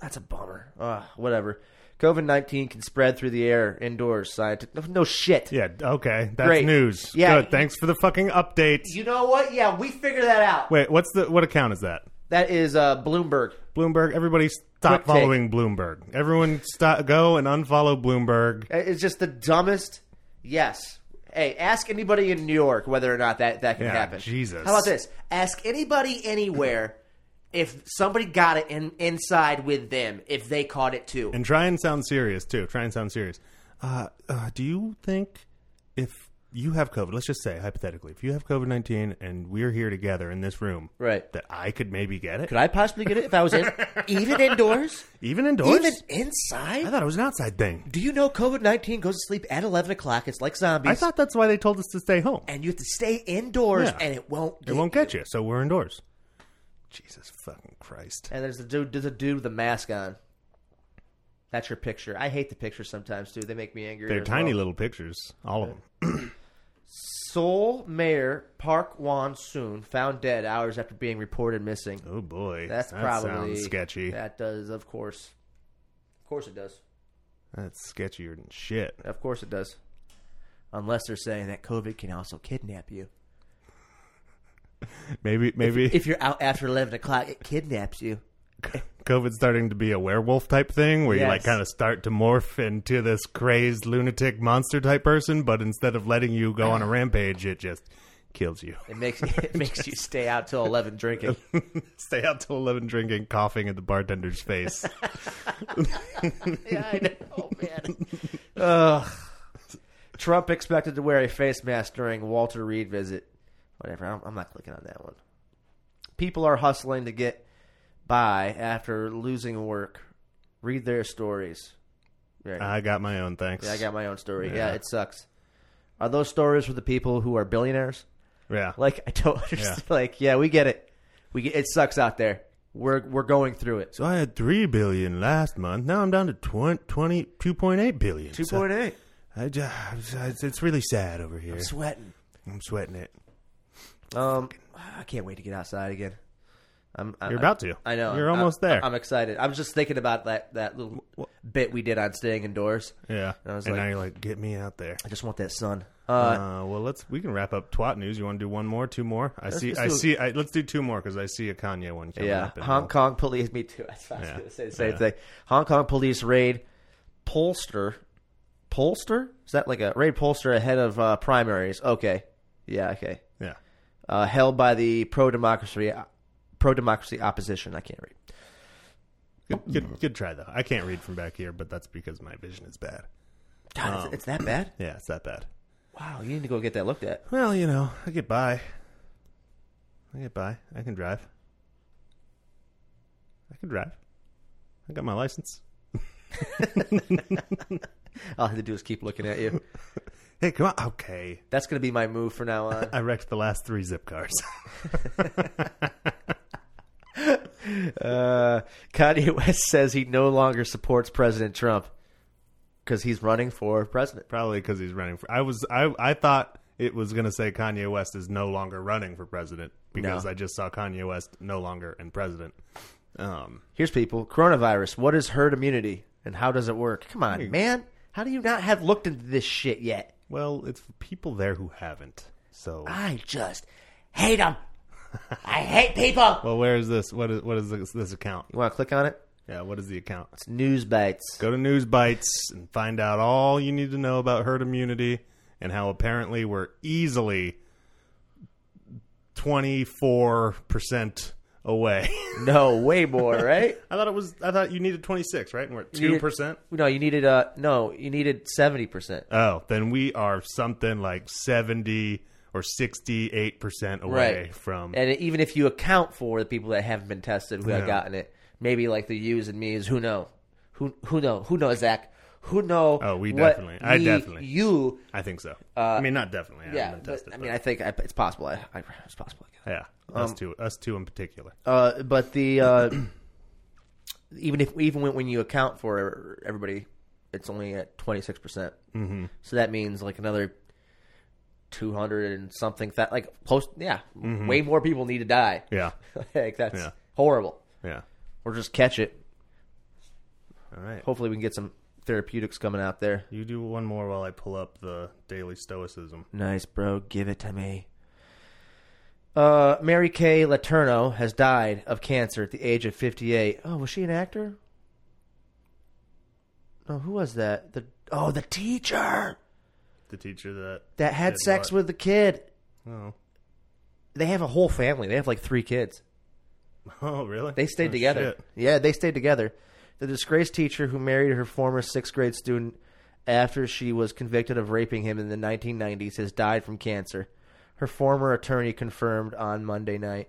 Speaker 2: That's a bummer. Ugh, whatever. COVID nineteen can spread through the air indoors. Scientific. No, no shit.
Speaker 1: Yeah. Okay. That's
Speaker 2: Great.
Speaker 1: news.
Speaker 2: Yeah.
Speaker 1: Good. Thanks for the fucking update.
Speaker 2: You know what? Yeah, we figured that out.
Speaker 1: Wait. What's the what account is that?
Speaker 2: That is uh, Bloomberg.
Speaker 1: Bloomberg. Everybody stop
Speaker 2: Quick take.
Speaker 1: following Bloomberg. Everyone stop. Go and unfollow Bloomberg.
Speaker 2: Uh, It's just the dumbest. Yes. Hey, ask anybody in New York whether or not that that can
Speaker 1: Yeah,
Speaker 2: happen.
Speaker 1: Jesus.
Speaker 2: How about this? Ask anybody anywhere if somebody got it in, inside with them if they caught it too.
Speaker 1: And try and sound serious too. Try and sound serious. Uh, uh, do you think if you have COVID, let's just say hypothetically, if you have COVID nineteen and we're here together in this room,
Speaker 2: Right.
Speaker 1: that I could maybe get it,
Speaker 2: Could I possibly get it if I was in even indoors?
Speaker 1: even indoors.
Speaker 2: Even
Speaker 1: I
Speaker 2: inside?
Speaker 1: thought it was an outside thing.
Speaker 2: Do you know COVID nineteen goes to sleep at eleven o'clock? It's like zombies.
Speaker 1: I thought that's why they told us to stay home.
Speaker 2: and you have to stay indoors
Speaker 1: Yeah.
Speaker 2: and it won't
Speaker 1: It won't get you, so we're indoors. Jesus fucking Christ.
Speaker 2: And there's the dude there's a dude with a mask on. That's your picture. I hate the pictures sometimes, dude. They make me angry.
Speaker 1: They're
Speaker 2: as
Speaker 1: tiny
Speaker 2: well.
Speaker 1: little pictures, all of them.
Speaker 2: Seoul Mayor Park Won Soon found dead hours after being reported missing.
Speaker 1: Oh boy,
Speaker 2: That's
Speaker 1: that
Speaker 2: probably
Speaker 1: sounds sketchy.
Speaker 2: That does, of course. Of course it does.
Speaker 1: That's sketchier than shit.
Speaker 2: Of course it does. Unless they're saying that COVID can also kidnap you.
Speaker 1: Maybe, maybe
Speaker 2: If you're out after eleven o'clock, it kidnaps you.
Speaker 1: COVID's starting to be a werewolf type thing where you like
Speaker 2: Yes.
Speaker 1: kind of start to morph into this crazed lunatic monster type person, but instead of letting you go on a rampage, it just kills you.
Speaker 2: It makes it makes you stay out till eleven drinking.
Speaker 1: Stay out till 11 drinking, coughing at the bartender's face.
Speaker 2: yeah, I know. Oh, man. Ugh. Trump expected to wear a face mask during Walter Reed visit. Whatever. I'm, I'm not clicking on that one. People are hustling to get by after losing work. Read their stories. Right.
Speaker 1: I got my own thanks.
Speaker 2: yeah, I got my own story. Yeah.
Speaker 1: Yeah.
Speaker 2: it sucks. Are those stories for the people who are billionaires?
Speaker 1: Yeah.
Speaker 2: Like, I don't understand. Like, yeah, we get it. We get, it sucks out there. We're we're going through it.
Speaker 1: So I had 3 billion last month. Now I'm down to 20, 20 2.8 billion.
Speaker 2: Two point eight.
Speaker 1: So I just, it's- it's really sad over here.
Speaker 2: Sweating.
Speaker 1: I'm sweating it.
Speaker 2: Um, I can't wait to get outside again. I'm, I,
Speaker 1: You're about to.
Speaker 2: I know.
Speaker 1: You're
Speaker 2: I'm-
Speaker 1: almost
Speaker 2: I'm-
Speaker 1: there.
Speaker 2: I'm excited. I was just thinking about that that little bit we did on staying indoors.
Speaker 1: Yeah.
Speaker 2: I was
Speaker 1: and
Speaker 2: like-
Speaker 1: now you're like, get me out there.
Speaker 2: I just want that sun. Uh,
Speaker 1: Uh, well, let's we can wrap up twat news. You want to do one more, two more? I see,
Speaker 2: let's
Speaker 1: I
Speaker 2: do-
Speaker 1: see. I, let's do two more because I see a Kanye one coming
Speaker 2: yeah,
Speaker 1: up. and
Speaker 2: Hong
Speaker 1: we'll-
Speaker 2: Kong police. Me too. I was
Speaker 1: Yeah.
Speaker 2: going to say the same
Speaker 1: Yeah.
Speaker 2: thing. Hong Kong police raid pollster. Pollster is that like a raid pollster ahead of uh, primaries? Okay. Yeah. Okay.
Speaker 1: Yeah,
Speaker 2: uh, held by the pro democracy pro democracy opposition. I can't read.
Speaker 1: good, good, good try though. I can't read from back here, but that's because my vision is bad.
Speaker 2: God,
Speaker 1: Oh.
Speaker 2: it's, it's that bad.
Speaker 1: Yeah, it's that bad.
Speaker 2: Wow, you need to go get that looked at.
Speaker 1: Well, you know, I get by. I get by. I can drive. I can drive. I got my license.
Speaker 2: All I have to do is keep looking at you.
Speaker 1: Hey, come on. Okay,
Speaker 2: That's going to be my move from now on.
Speaker 1: I wrecked the last three zip cars.
Speaker 2: Uh, Kanye West says he no longer supports President Trump because he's running for president.
Speaker 1: Probably because he's running for. I was. I. I thought it was going to say Kanye West is no longer running for president because
Speaker 2: No.
Speaker 1: I just saw Kanye West no longer in president. Um,
Speaker 2: Here's people coronavirus. What is herd immunity and how does it work? Come on, man. How do you not have looked into this shit yet?
Speaker 1: well, it's for people there who haven't. So,
Speaker 2: I just hate them. I hate people.
Speaker 1: well, where is this? What is what is this, this account?
Speaker 2: You want to click on it?
Speaker 1: Yeah, what is the account?
Speaker 2: It's news bites.
Speaker 1: Go to News Bites and find out all you need to know about herd immunity and how apparently we're easily 24% away.
Speaker 2: No, way more, right?
Speaker 1: I thought it was I thought you needed 26, right? And we're at 2%.
Speaker 2: No, you needed uh no, you needed seventy percent.
Speaker 1: Oh, then we are something like 70 or 68% away
Speaker 2: Right.
Speaker 1: from
Speaker 2: And even if you account for the people that haven't been tested who have
Speaker 1: Yeah.
Speaker 2: gotten it, maybe like the yous and me's, who know? Who who know? Who knows, Zach? Who know?
Speaker 1: Oh, we
Speaker 2: what
Speaker 1: definitely- I
Speaker 2: me,
Speaker 1: definitely.
Speaker 2: You,
Speaker 1: I think so. I mean, not definitely. I
Speaker 2: uh, yeah.
Speaker 1: haven't
Speaker 2: but,
Speaker 1: been tested.
Speaker 2: I
Speaker 1: but-
Speaker 2: mean, I think I, it's possible. I, I, it's possible. I um, guess.
Speaker 1: yeah, us two, us two in particular.
Speaker 2: Uh, but the uh, even if even when, when you account for everybody, it's only at twenty six percent.
Speaker 1: Mm-hmm.
Speaker 2: So that means like another two hundred and something. That like post, yeah,
Speaker 1: Mm-hmm.
Speaker 2: way more people need to die.
Speaker 1: Yeah,
Speaker 2: like that's
Speaker 1: Yeah.
Speaker 2: horrible.
Speaker 1: yeah.
Speaker 2: Or just catch it.
Speaker 1: All right.
Speaker 2: Hopefully, we can get some therapeutics coming out there.
Speaker 1: You do one more while I pull up the Daily Stoicism.
Speaker 2: Nice, bro. Give it to me. Uh, Mary Kay Letourneau has died of cancer at the age of 58. Oh, was she an actor? No, who was that? The oh, the teacher
Speaker 1: The teacher that
Speaker 2: that had
Speaker 1: Did
Speaker 2: sex
Speaker 1: what?
Speaker 2: with the kid.
Speaker 1: oh
Speaker 2: They have a whole family. They have like three kids.
Speaker 1: oh really
Speaker 2: They stayed
Speaker 1: Oh,
Speaker 2: together.
Speaker 1: shit.
Speaker 2: Yeah, they stayed together. The disgraced teacher who married her former sixth grade student after she was convicted of raping him in the 1990s has died from cancer. Her former attorney confirmed on Monday night.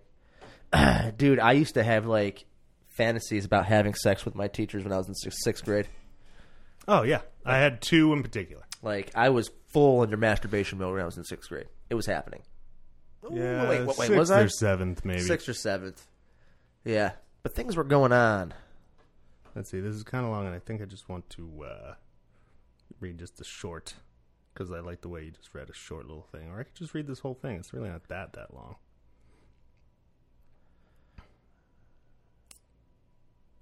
Speaker 2: Dude, I used to have like fantasies about having sex with my teachers when I was in six- sixth grade.
Speaker 1: Oh yeah, I had two in particular.
Speaker 2: Like I was full under masturbation mode when I was in sixth grade. It was happening. Ooh,
Speaker 1: Yeah,
Speaker 2: wait, wait, wait
Speaker 1: sixth
Speaker 2: was
Speaker 1: or
Speaker 2: I
Speaker 1: seventh maybe.
Speaker 2: sixth or seventh? Yeah, but things were going on.
Speaker 1: Let's see. This is kind of long, and I think I just want to uh, read just a short because I like the way you just read a short little thing. Or I could just read this whole thing. It's really not that that long.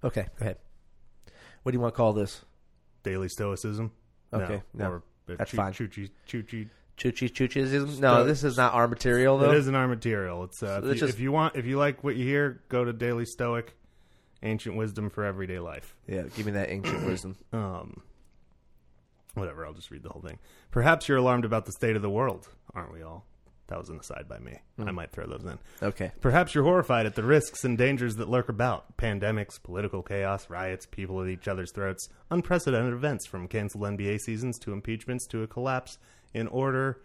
Speaker 2: Okay, go ahead. What do you want to call this?
Speaker 1: Daily Stoicism.
Speaker 2: Okay, no,
Speaker 1: or uh,
Speaker 2: that's
Speaker 1: choo-
Speaker 2: fine.
Speaker 1: Choo choo choo choo.
Speaker 2: Choochie choochieism? No, this is not our material though.
Speaker 1: It isn't our material. It's, uh,
Speaker 2: So
Speaker 1: if,
Speaker 2: it's
Speaker 1: you,
Speaker 2: just-
Speaker 1: if you want, if you like what you hear, go to Daily Stoic, Ancient Wisdom for Everyday Life.
Speaker 2: Yeah, give me that ancient wisdom.
Speaker 1: Um, whatever. I'll just read the whole thing. Perhaps you're alarmed about the state of the world, aren't we all? That was an aside by me.
Speaker 2: Hmm.
Speaker 1: I might throw those in.
Speaker 2: Okay.
Speaker 1: Perhaps you're horrified at the risks and dangers that lurk about pandemics, political chaos, riots, people at each other's throats, unprecedented events from canceled NBA seasons to impeachments to a collapse in order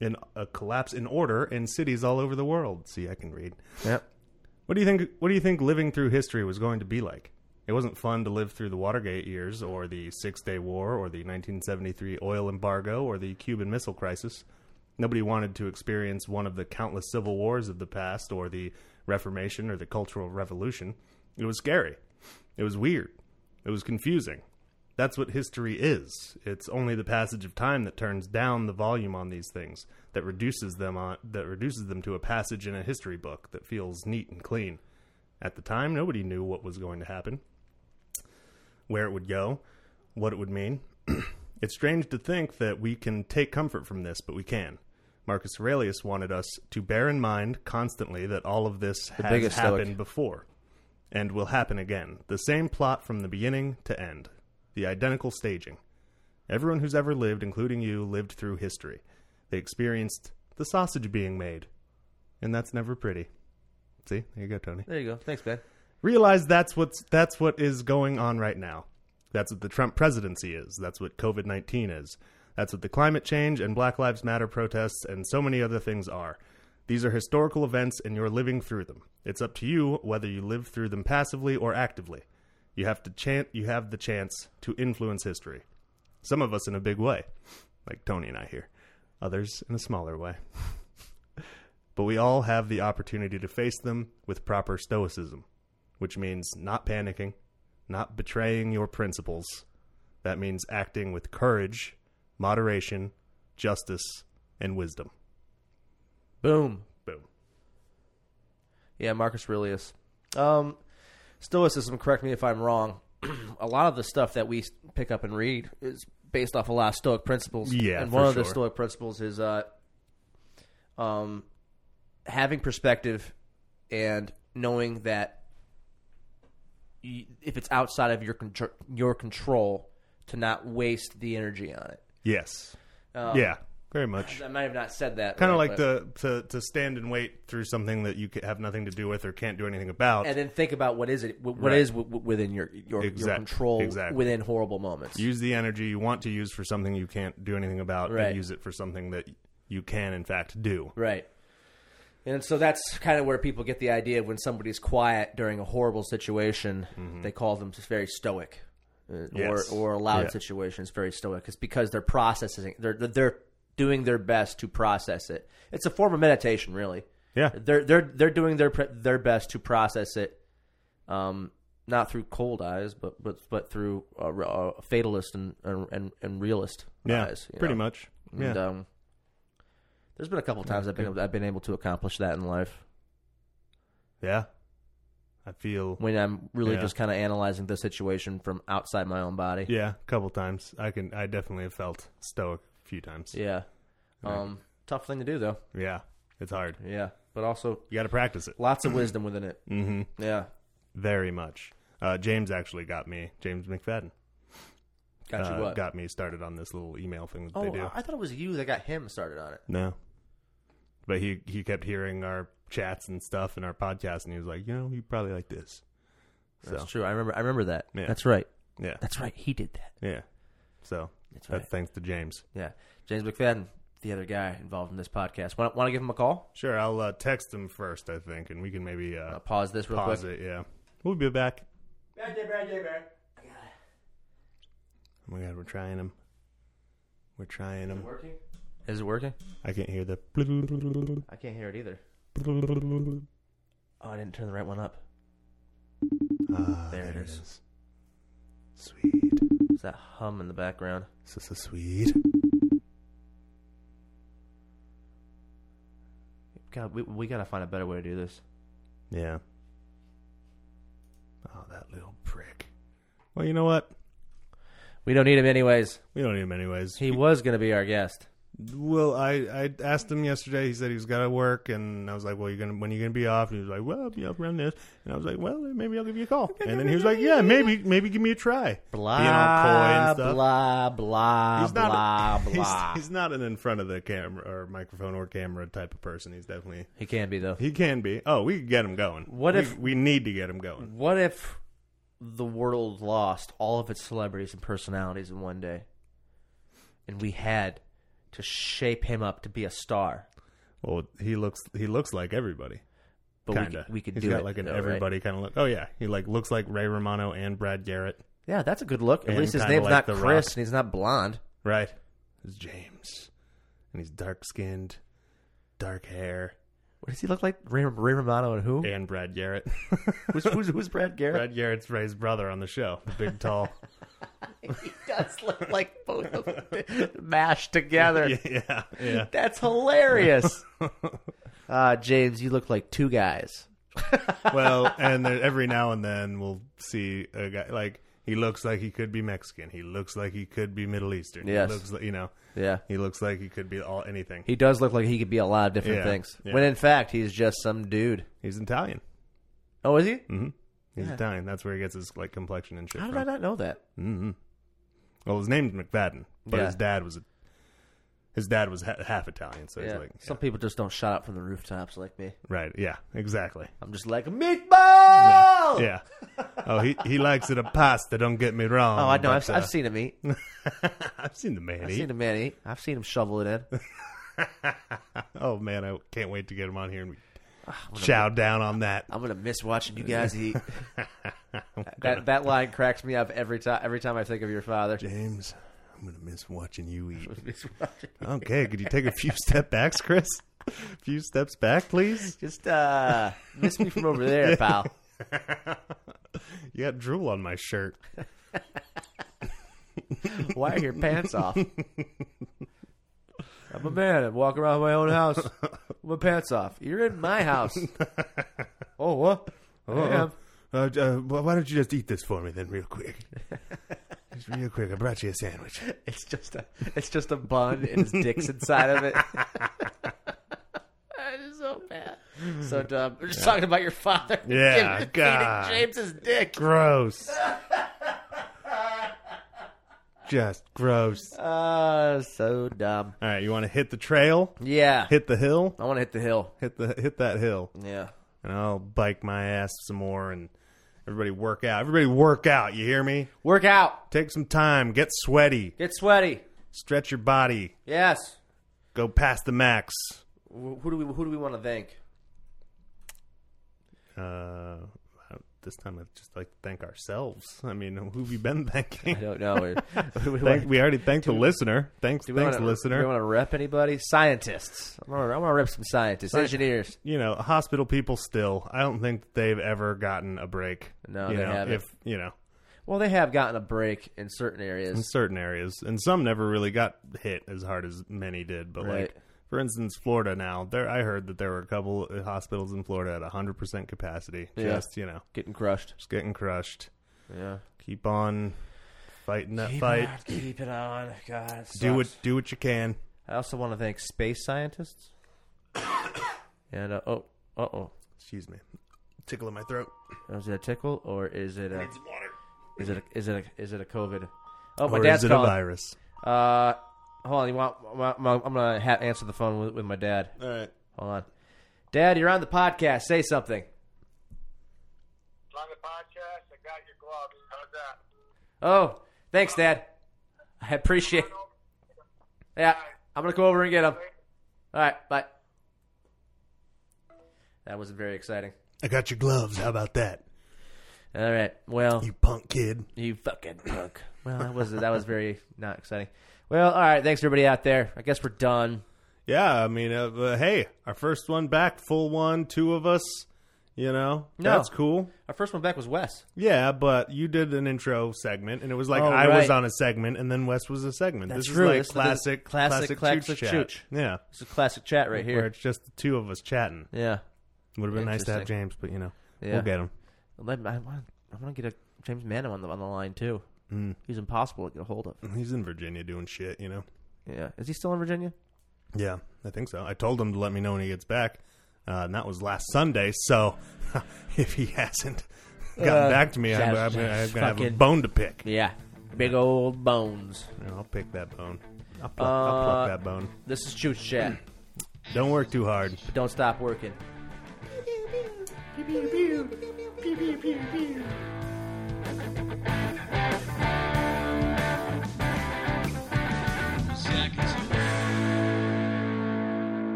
Speaker 1: in a collapse in order in cities all over the world. See, I can read.
Speaker 2: Yep.
Speaker 1: What do you think what do you think living through history was going to be like? It wasn't fun to live through the Watergate years or the Six-Day War or the 1973 oil embargo or the Cuban Missile Crisis. Nobody wanted to experience one of the countless civil wars of the past or the Reformation or the Cultural Revolution. It was scary. It was weird. It was confusing. That's what history is. It's only the passage of time that turns down the volume on these things, that reduces them on that reduces them to a passage in a history book that feels neat and clean. At the time, nobody knew what was going to happen, where it would go, what it would mean. it's strange to think that we can take comfort from this, but we can. Marcus Aurelius wanted us to bear in mind constantly that all of this has
Speaker 2: biggest Stoic.
Speaker 1: happened before and will happen again. The same plot from the beginning to end, the identical staging. Everyone who's ever lived, including you, lived through history. They experienced the sausage being made, and that's never pretty. See, there you go, Tony.
Speaker 2: There you go. Thanks, Ben.
Speaker 1: Realize that's what's that's what is going on right now. That's what the Trump presidency is. That's what COVID nineteen is. That's what the climate change and Black Lives Matter protests and so many other things are. These are historical events, and you're living through them. It's up to you whether you live through them passively or actively. You have to chant. You have the chance to influence history. Some of us in a big way, like Tony and I here. Others in a smaller way. but we all have the opportunity to face them with proper stoicism which means not panicking, not betraying your principles. That means acting with courage, moderation, justice, and wisdom.
Speaker 2: Boom.
Speaker 1: Boom.
Speaker 2: Yeah, Marcus Aurelius. Um, Stoicism. Correct me if I'm wrong. a lot of the stuff that we pick up and read is based off a lot of Stoic principles.
Speaker 1: Yeah,
Speaker 2: and one
Speaker 1: for
Speaker 2: of the
Speaker 1: sure.
Speaker 2: Stoic principles is uh, um, having perspective and knowing that y- if it's outside of your contr- your control to not waste the energy on it.
Speaker 1: Yes.
Speaker 2: Um,
Speaker 1: yeah. Very much.
Speaker 2: I might have not said that.
Speaker 1: Kind of
Speaker 2: right,
Speaker 1: like
Speaker 2: but-
Speaker 1: to, to to stand and wait through something that you ca- have nothing to do with or can't do anything about.
Speaker 2: and then think about what is it what, what
Speaker 1: Right.
Speaker 2: is w- w- within your your, your
Speaker 1: Exact-
Speaker 2: control
Speaker 1: exactly.
Speaker 2: within horrible moments.
Speaker 1: use the energy you want to use for something you can't do anything about,
Speaker 2: Right.
Speaker 1: and use it for something that you can in fact do.
Speaker 2: Right. And so that's kind of where people get the idea of when somebody's quiet during a horrible situation, they call them just very stoic, uh,
Speaker 1: Mm-hmm. Yes.
Speaker 2: or or a loud
Speaker 1: Yeah.
Speaker 2: situation is very stoic. It's because they're processing, they're they're doing their best to process it. It's a form of meditation, really.
Speaker 1: Yeah.
Speaker 2: They're they're they're doing their pre- their best to process it, um, not through cold eyes, but but but through uh, re- uh, fatalist and and and, and realist
Speaker 1: Yeah.
Speaker 2: eyes. you
Speaker 1: pretty
Speaker 2: know?
Speaker 1: much. Yeah.
Speaker 2: And um, there's been a couple times I've been I've been able to accomplish that in life
Speaker 1: yeah. I feel.
Speaker 2: when I'm really
Speaker 1: Yeah.
Speaker 2: just kind of analyzing the situation from outside my own body.
Speaker 1: Yeah, a couple times. I can. I definitely have felt stoic a few times. Yeah,
Speaker 2: Yeah. Um, tough thing to do though.
Speaker 1: it's hard.
Speaker 2: Yeah, but also
Speaker 1: You got to practice it.
Speaker 2: lots of wisdom within it.
Speaker 1: Mm-hmm.
Speaker 2: Yeah.
Speaker 1: Very much. Uh, James actually got me. James McFadden
Speaker 2: Got you
Speaker 1: uh,
Speaker 2: what?
Speaker 1: got me started on this little email thing that
Speaker 2: oh,
Speaker 1: they do.
Speaker 2: I I thought it was you that got him started on it.
Speaker 1: No. But he he kept hearing our chats and stuff and our podcast, and he was like, you know, you probably like this.
Speaker 2: That's
Speaker 1: So
Speaker 2: true. I remember. I remember that.
Speaker 1: Yeah.
Speaker 2: That's right.
Speaker 1: yeah,
Speaker 2: That's right. He did that.
Speaker 1: yeah. So
Speaker 2: That's right.
Speaker 1: that's thanks to James.
Speaker 2: yeah. James McFadden, the other guy involved in this podcast. Want to give him a call?
Speaker 1: Sure, I'll uh, text him first, I think, and we can maybe
Speaker 2: Uh,
Speaker 1: uh,
Speaker 2: pause this real
Speaker 1: pause
Speaker 2: quick.
Speaker 1: it. Yeah, we'll be back.
Speaker 2: Yeah.
Speaker 1: Oh my god, we're trying him. We're trying him.
Speaker 2: Working? Is it working?
Speaker 1: I can't hear the.
Speaker 2: I can't hear it either. Oh, I didn't turn the right one up.
Speaker 1: Ah,
Speaker 2: There it is.
Speaker 1: Sweet.
Speaker 2: It's that hum in the background.
Speaker 1: So, so sweet.
Speaker 2: God, we, we gotta find a better way to do this.
Speaker 1: Yeah. Oh, that little prick. Well, you know what?
Speaker 2: We don't need him anyways.
Speaker 1: We don't need him anyways.
Speaker 2: He was gonna be our guest.
Speaker 1: Well, I, I asked him yesterday. He said he was got to work, and I was like, "Well, you're gonna when are you gonna be off?" And he was like, "Well, I'll be up around this." And I was like, "Well, maybe I'll give you a call." And then he was like, "Yeah, maybe, maybe give me a try."
Speaker 2: Blah
Speaker 1: Being all coy and stuff.
Speaker 2: blah blah
Speaker 1: He's not
Speaker 2: blah
Speaker 1: a, he's-
Speaker 2: blah.
Speaker 1: He's, not an in front of the camera or microphone or camera type of person. He's definitely
Speaker 2: he can be though.
Speaker 1: he can be. Oh, we could get him going.
Speaker 2: What
Speaker 1: We-
Speaker 2: if-
Speaker 1: we need to get him going?
Speaker 2: What if the world lost all of its celebrities and personalities in one day, and we had to shape him up to be a star?
Speaker 1: Well, he looks he looks like everybody.
Speaker 2: But we
Speaker 1: kinda.
Speaker 2: could, we could
Speaker 1: He's
Speaker 2: do
Speaker 1: got
Speaker 2: it.
Speaker 1: like an
Speaker 2: though, right?
Speaker 1: everybody kind of look. Oh yeah, he like looks like Ray Romano and Brad Garrett.
Speaker 2: Yeah, that's a good look. At
Speaker 1: And
Speaker 2: least his
Speaker 1: kinda
Speaker 2: name's
Speaker 1: like
Speaker 2: not
Speaker 1: The
Speaker 2: Chris,
Speaker 1: Rock.
Speaker 2: and he's not blonde.
Speaker 1: Right. It's James. And he's dark skinned, dark hair,
Speaker 2: What does he look like? Ray, Ray Romano and who?
Speaker 1: and Brad Garrett.
Speaker 2: Who's, who's, who's Brad Garrett?
Speaker 1: Brad Garrett's Ray's brother on the show. The big tall.
Speaker 2: He does look like both of them mashed together.
Speaker 1: yeah. Yeah.
Speaker 2: That's hilarious. uh, James, you look like two guys.
Speaker 1: Well, and then every now and then we'll see a guy like he looks like he could be Mexican. He looks like he could be Middle Eastern.
Speaker 2: Yes.
Speaker 1: He looks like, you know,
Speaker 2: Yeah.
Speaker 1: he looks like he could be all anything.
Speaker 2: He does look like he could be a lot of different
Speaker 1: Yeah,
Speaker 2: things.
Speaker 1: yeah.
Speaker 2: When in fact, he's just some dude.
Speaker 1: He's Italian.
Speaker 2: Oh, is he?
Speaker 1: Mhm. He's
Speaker 2: Yeah.
Speaker 1: Italian. That's where he gets his like complexion and shit
Speaker 2: How did
Speaker 1: from.
Speaker 2: I not know that?
Speaker 1: Mm-hmm. Well, his name's McFadden, but
Speaker 2: Yeah.
Speaker 1: his dad was a, his dad was ha- half Italian, so he's
Speaker 2: Yeah.
Speaker 1: like yeah.
Speaker 2: Some people just don't shout out from the rooftops like me.
Speaker 1: right, yeah, exactly.
Speaker 2: I'm just like,
Speaker 1: Yeah.
Speaker 2: meatball!
Speaker 1: Yeah. Oh, he he likes it a pasta. Don't get me wrong.
Speaker 2: Oh, I know. I've,
Speaker 1: but, uh,
Speaker 2: I've seen him eat.
Speaker 1: I've seen the man
Speaker 2: I've
Speaker 1: eat.
Speaker 2: seen a man eat. I've seen him shovel it in.
Speaker 1: oh man, I can't wait to get him on here and
Speaker 2: Ah,
Speaker 1: chow down on that.
Speaker 2: I'm gonna miss watching you guys eat. that that line cracks me up every time. Every time I think of your father.
Speaker 1: James, I'm gonna miss watching you eat. Okay, could you take a few step backs, Chris? A few steps back, please.
Speaker 2: Just uh, miss me from over there, pal.
Speaker 1: You got drool on my shirt.
Speaker 2: Why are your pants off? I'm a man. I walk around my own house with my pants off. You're in my house. Oh, what? I am.
Speaker 1: Uh, uh, wh- why don't you just eat this for me then, real quick? just real quick. I brought you a sandwich.
Speaker 2: It's just a, it's just a bun and his dick's inside of it. I just
Speaker 4: so bad. So dumb. We're just talking about your father.
Speaker 1: Yeah,
Speaker 4: Feeding
Speaker 1: God.
Speaker 4: James's dick.
Speaker 1: Gross. Just gross.
Speaker 2: Uh, so dumb.
Speaker 1: All right, you want to hit the trail?
Speaker 2: Yeah.
Speaker 1: Hit the hill?
Speaker 2: I want to hit the hill.
Speaker 1: Hit the hit that hill.
Speaker 2: Yeah.
Speaker 1: And I'll bike my ass some more and everybody work out. Everybody work out, you hear me?
Speaker 2: Work out.
Speaker 1: Take some time, get sweaty,
Speaker 2: Get sweaty.
Speaker 1: stretch your body,
Speaker 2: Yes.
Speaker 1: go past the max.
Speaker 2: Wh- Who do we Who do we want to thank?
Speaker 1: Uh this time I'd just like to thank ourselves. I mean, who have you been
Speaker 2: I
Speaker 1: thanking?
Speaker 2: don't know. Who do we
Speaker 1: Thank,
Speaker 2: wanna-
Speaker 1: we already thanked the listener. Thanks,
Speaker 2: do we
Speaker 1: thanks,
Speaker 2: wanna,
Speaker 1: listener.
Speaker 2: Do we want to rep anybody? Scientists. I'm gonna, I'm gonna rep some scientists, engineers.
Speaker 1: you know, hospital people still. I don't think that they've ever gotten a break.
Speaker 2: No,
Speaker 1: you
Speaker 2: they
Speaker 1: know,
Speaker 2: haven't.
Speaker 1: If you know,
Speaker 2: Well, they have gotten a break in certain
Speaker 1: in
Speaker 2: areas.
Speaker 1: certain areas, and some never really got hit as hard as many did. But
Speaker 2: Right.
Speaker 1: like, for instance, Florida now, there I heard that there were a couple of hospitals in Florida at hundred percent capacity.
Speaker 2: Yeah.
Speaker 1: Just you know,
Speaker 2: Getting crushed.
Speaker 1: just getting crushed.
Speaker 2: Yeah.
Speaker 1: Keep on fighting that
Speaker 2: Keep
Speaker 1: fight.
Speaker 2: on, keep it on. God, it
Speaker 1: Do
Speaker 2: sucks.
Speaker 1: what do what you can.
Speaker 2: I also want to thank space scientists. and uh, oh, uh oh,
Speaker 1: Excuse me, tickle in my throat.
Speaker 2: is it a tickle or is it a
Speaker 1: water.
Speaker 2: is it a, is it a, is it a COVID? Oh, my
Speaker 1: Or
Speaker 2: dad's
Speaker 1: is it a
Speaker 2: calling.
Speaker 1: virus?
Speaker 2: Uh, hold on. You want? my- my- I'm gonna ha- answer the phone with, with my dad.
Speaker 1: All right.
Speaker 2: Hold on, Dad. You're on the podcast. Say something.
Speaker 5: on the podcast. I got your gloves. How's that?
Speaker 2: Oh, thanks, Dad. I appreciate. Yeah, I'm gonna go over and get him. All right, bye. That was very exciting.
Speaker 1: I got your gloves. How about that,
Speaker 2: All right. Well,
Speaker 1: you punk kid?
Speaker 2: You fucking punk. Well, that was that was very not exciting. Well, all right. Thanks everybody out there. I guess we're done.
Speaker 1: Yeah, I mean, uh, uh, hey, our first one back, full one, two of us. You know,
Speaker 2: No.
Speaker 1: that's cool.
Speaker 2: Our first one back was Wes.
Speaker 1: Yeah, but you did an intro segment, and it was like
Speaker 2: Oh,
Speaker 1: I was
Speaker 2: right.
Speaker 1: on a segment, and then Wes was a segment.
Speaker 2: That's
Speaker 1: this is
Speaker 2: true.
Speaker 1: like
Speaker 2: This is the-
Speaker 1: classic,
Speaker 2: classic-
Speaker 1: classic,
Speaker 2: classic
Speaker 1: chooch
Speaker 2: chooch.
Speaker 1: chat. Yeah,
Speaker 2: This is classic chat right
Speaker 1: where
Speaker 2: here.
Speaker 1: it's just the two of us chatting.
Speaker 2: Yeah.
Speaker 1: Would have been nice to have
Speaker 2: Interesting.
Speaker 1: James, but you know,
Speaker 2: Yeah.
Speaker 1: we'll get him.
Speaker 2: Let me- I want I want to get a James Manham on the on the line too. He's impossible to get a hold of.
Speaker 1: He's in Virginia doing shit. You know.
Speaker 2: Yeah. Is he still in Virginia?
Speaker 1: Yeah, I think so. I told him to let me know when he gets back, uh, and that was last Sunday. So if he hasn't gotten
Speaker 2: Uh,
Speaker 1: back to me, I'm,
Speaker 2: yeah,
Speaker 1: I'm, gonna- I'm gonna have a
Speaker 2: fucking-
Speaker 1: bone to pick.
Speaker 2: Yeah. Big old bones.
Speaker 1: Yeah, I'll pick that bone. I'll pluck, I'll
Speaker 2: Uh,
Speaker 1: pluck that bone.
Speaker 2: This is Chooch Chat.
Speaker 1: Don't work too hard.
Speaker 2: But don't stop working.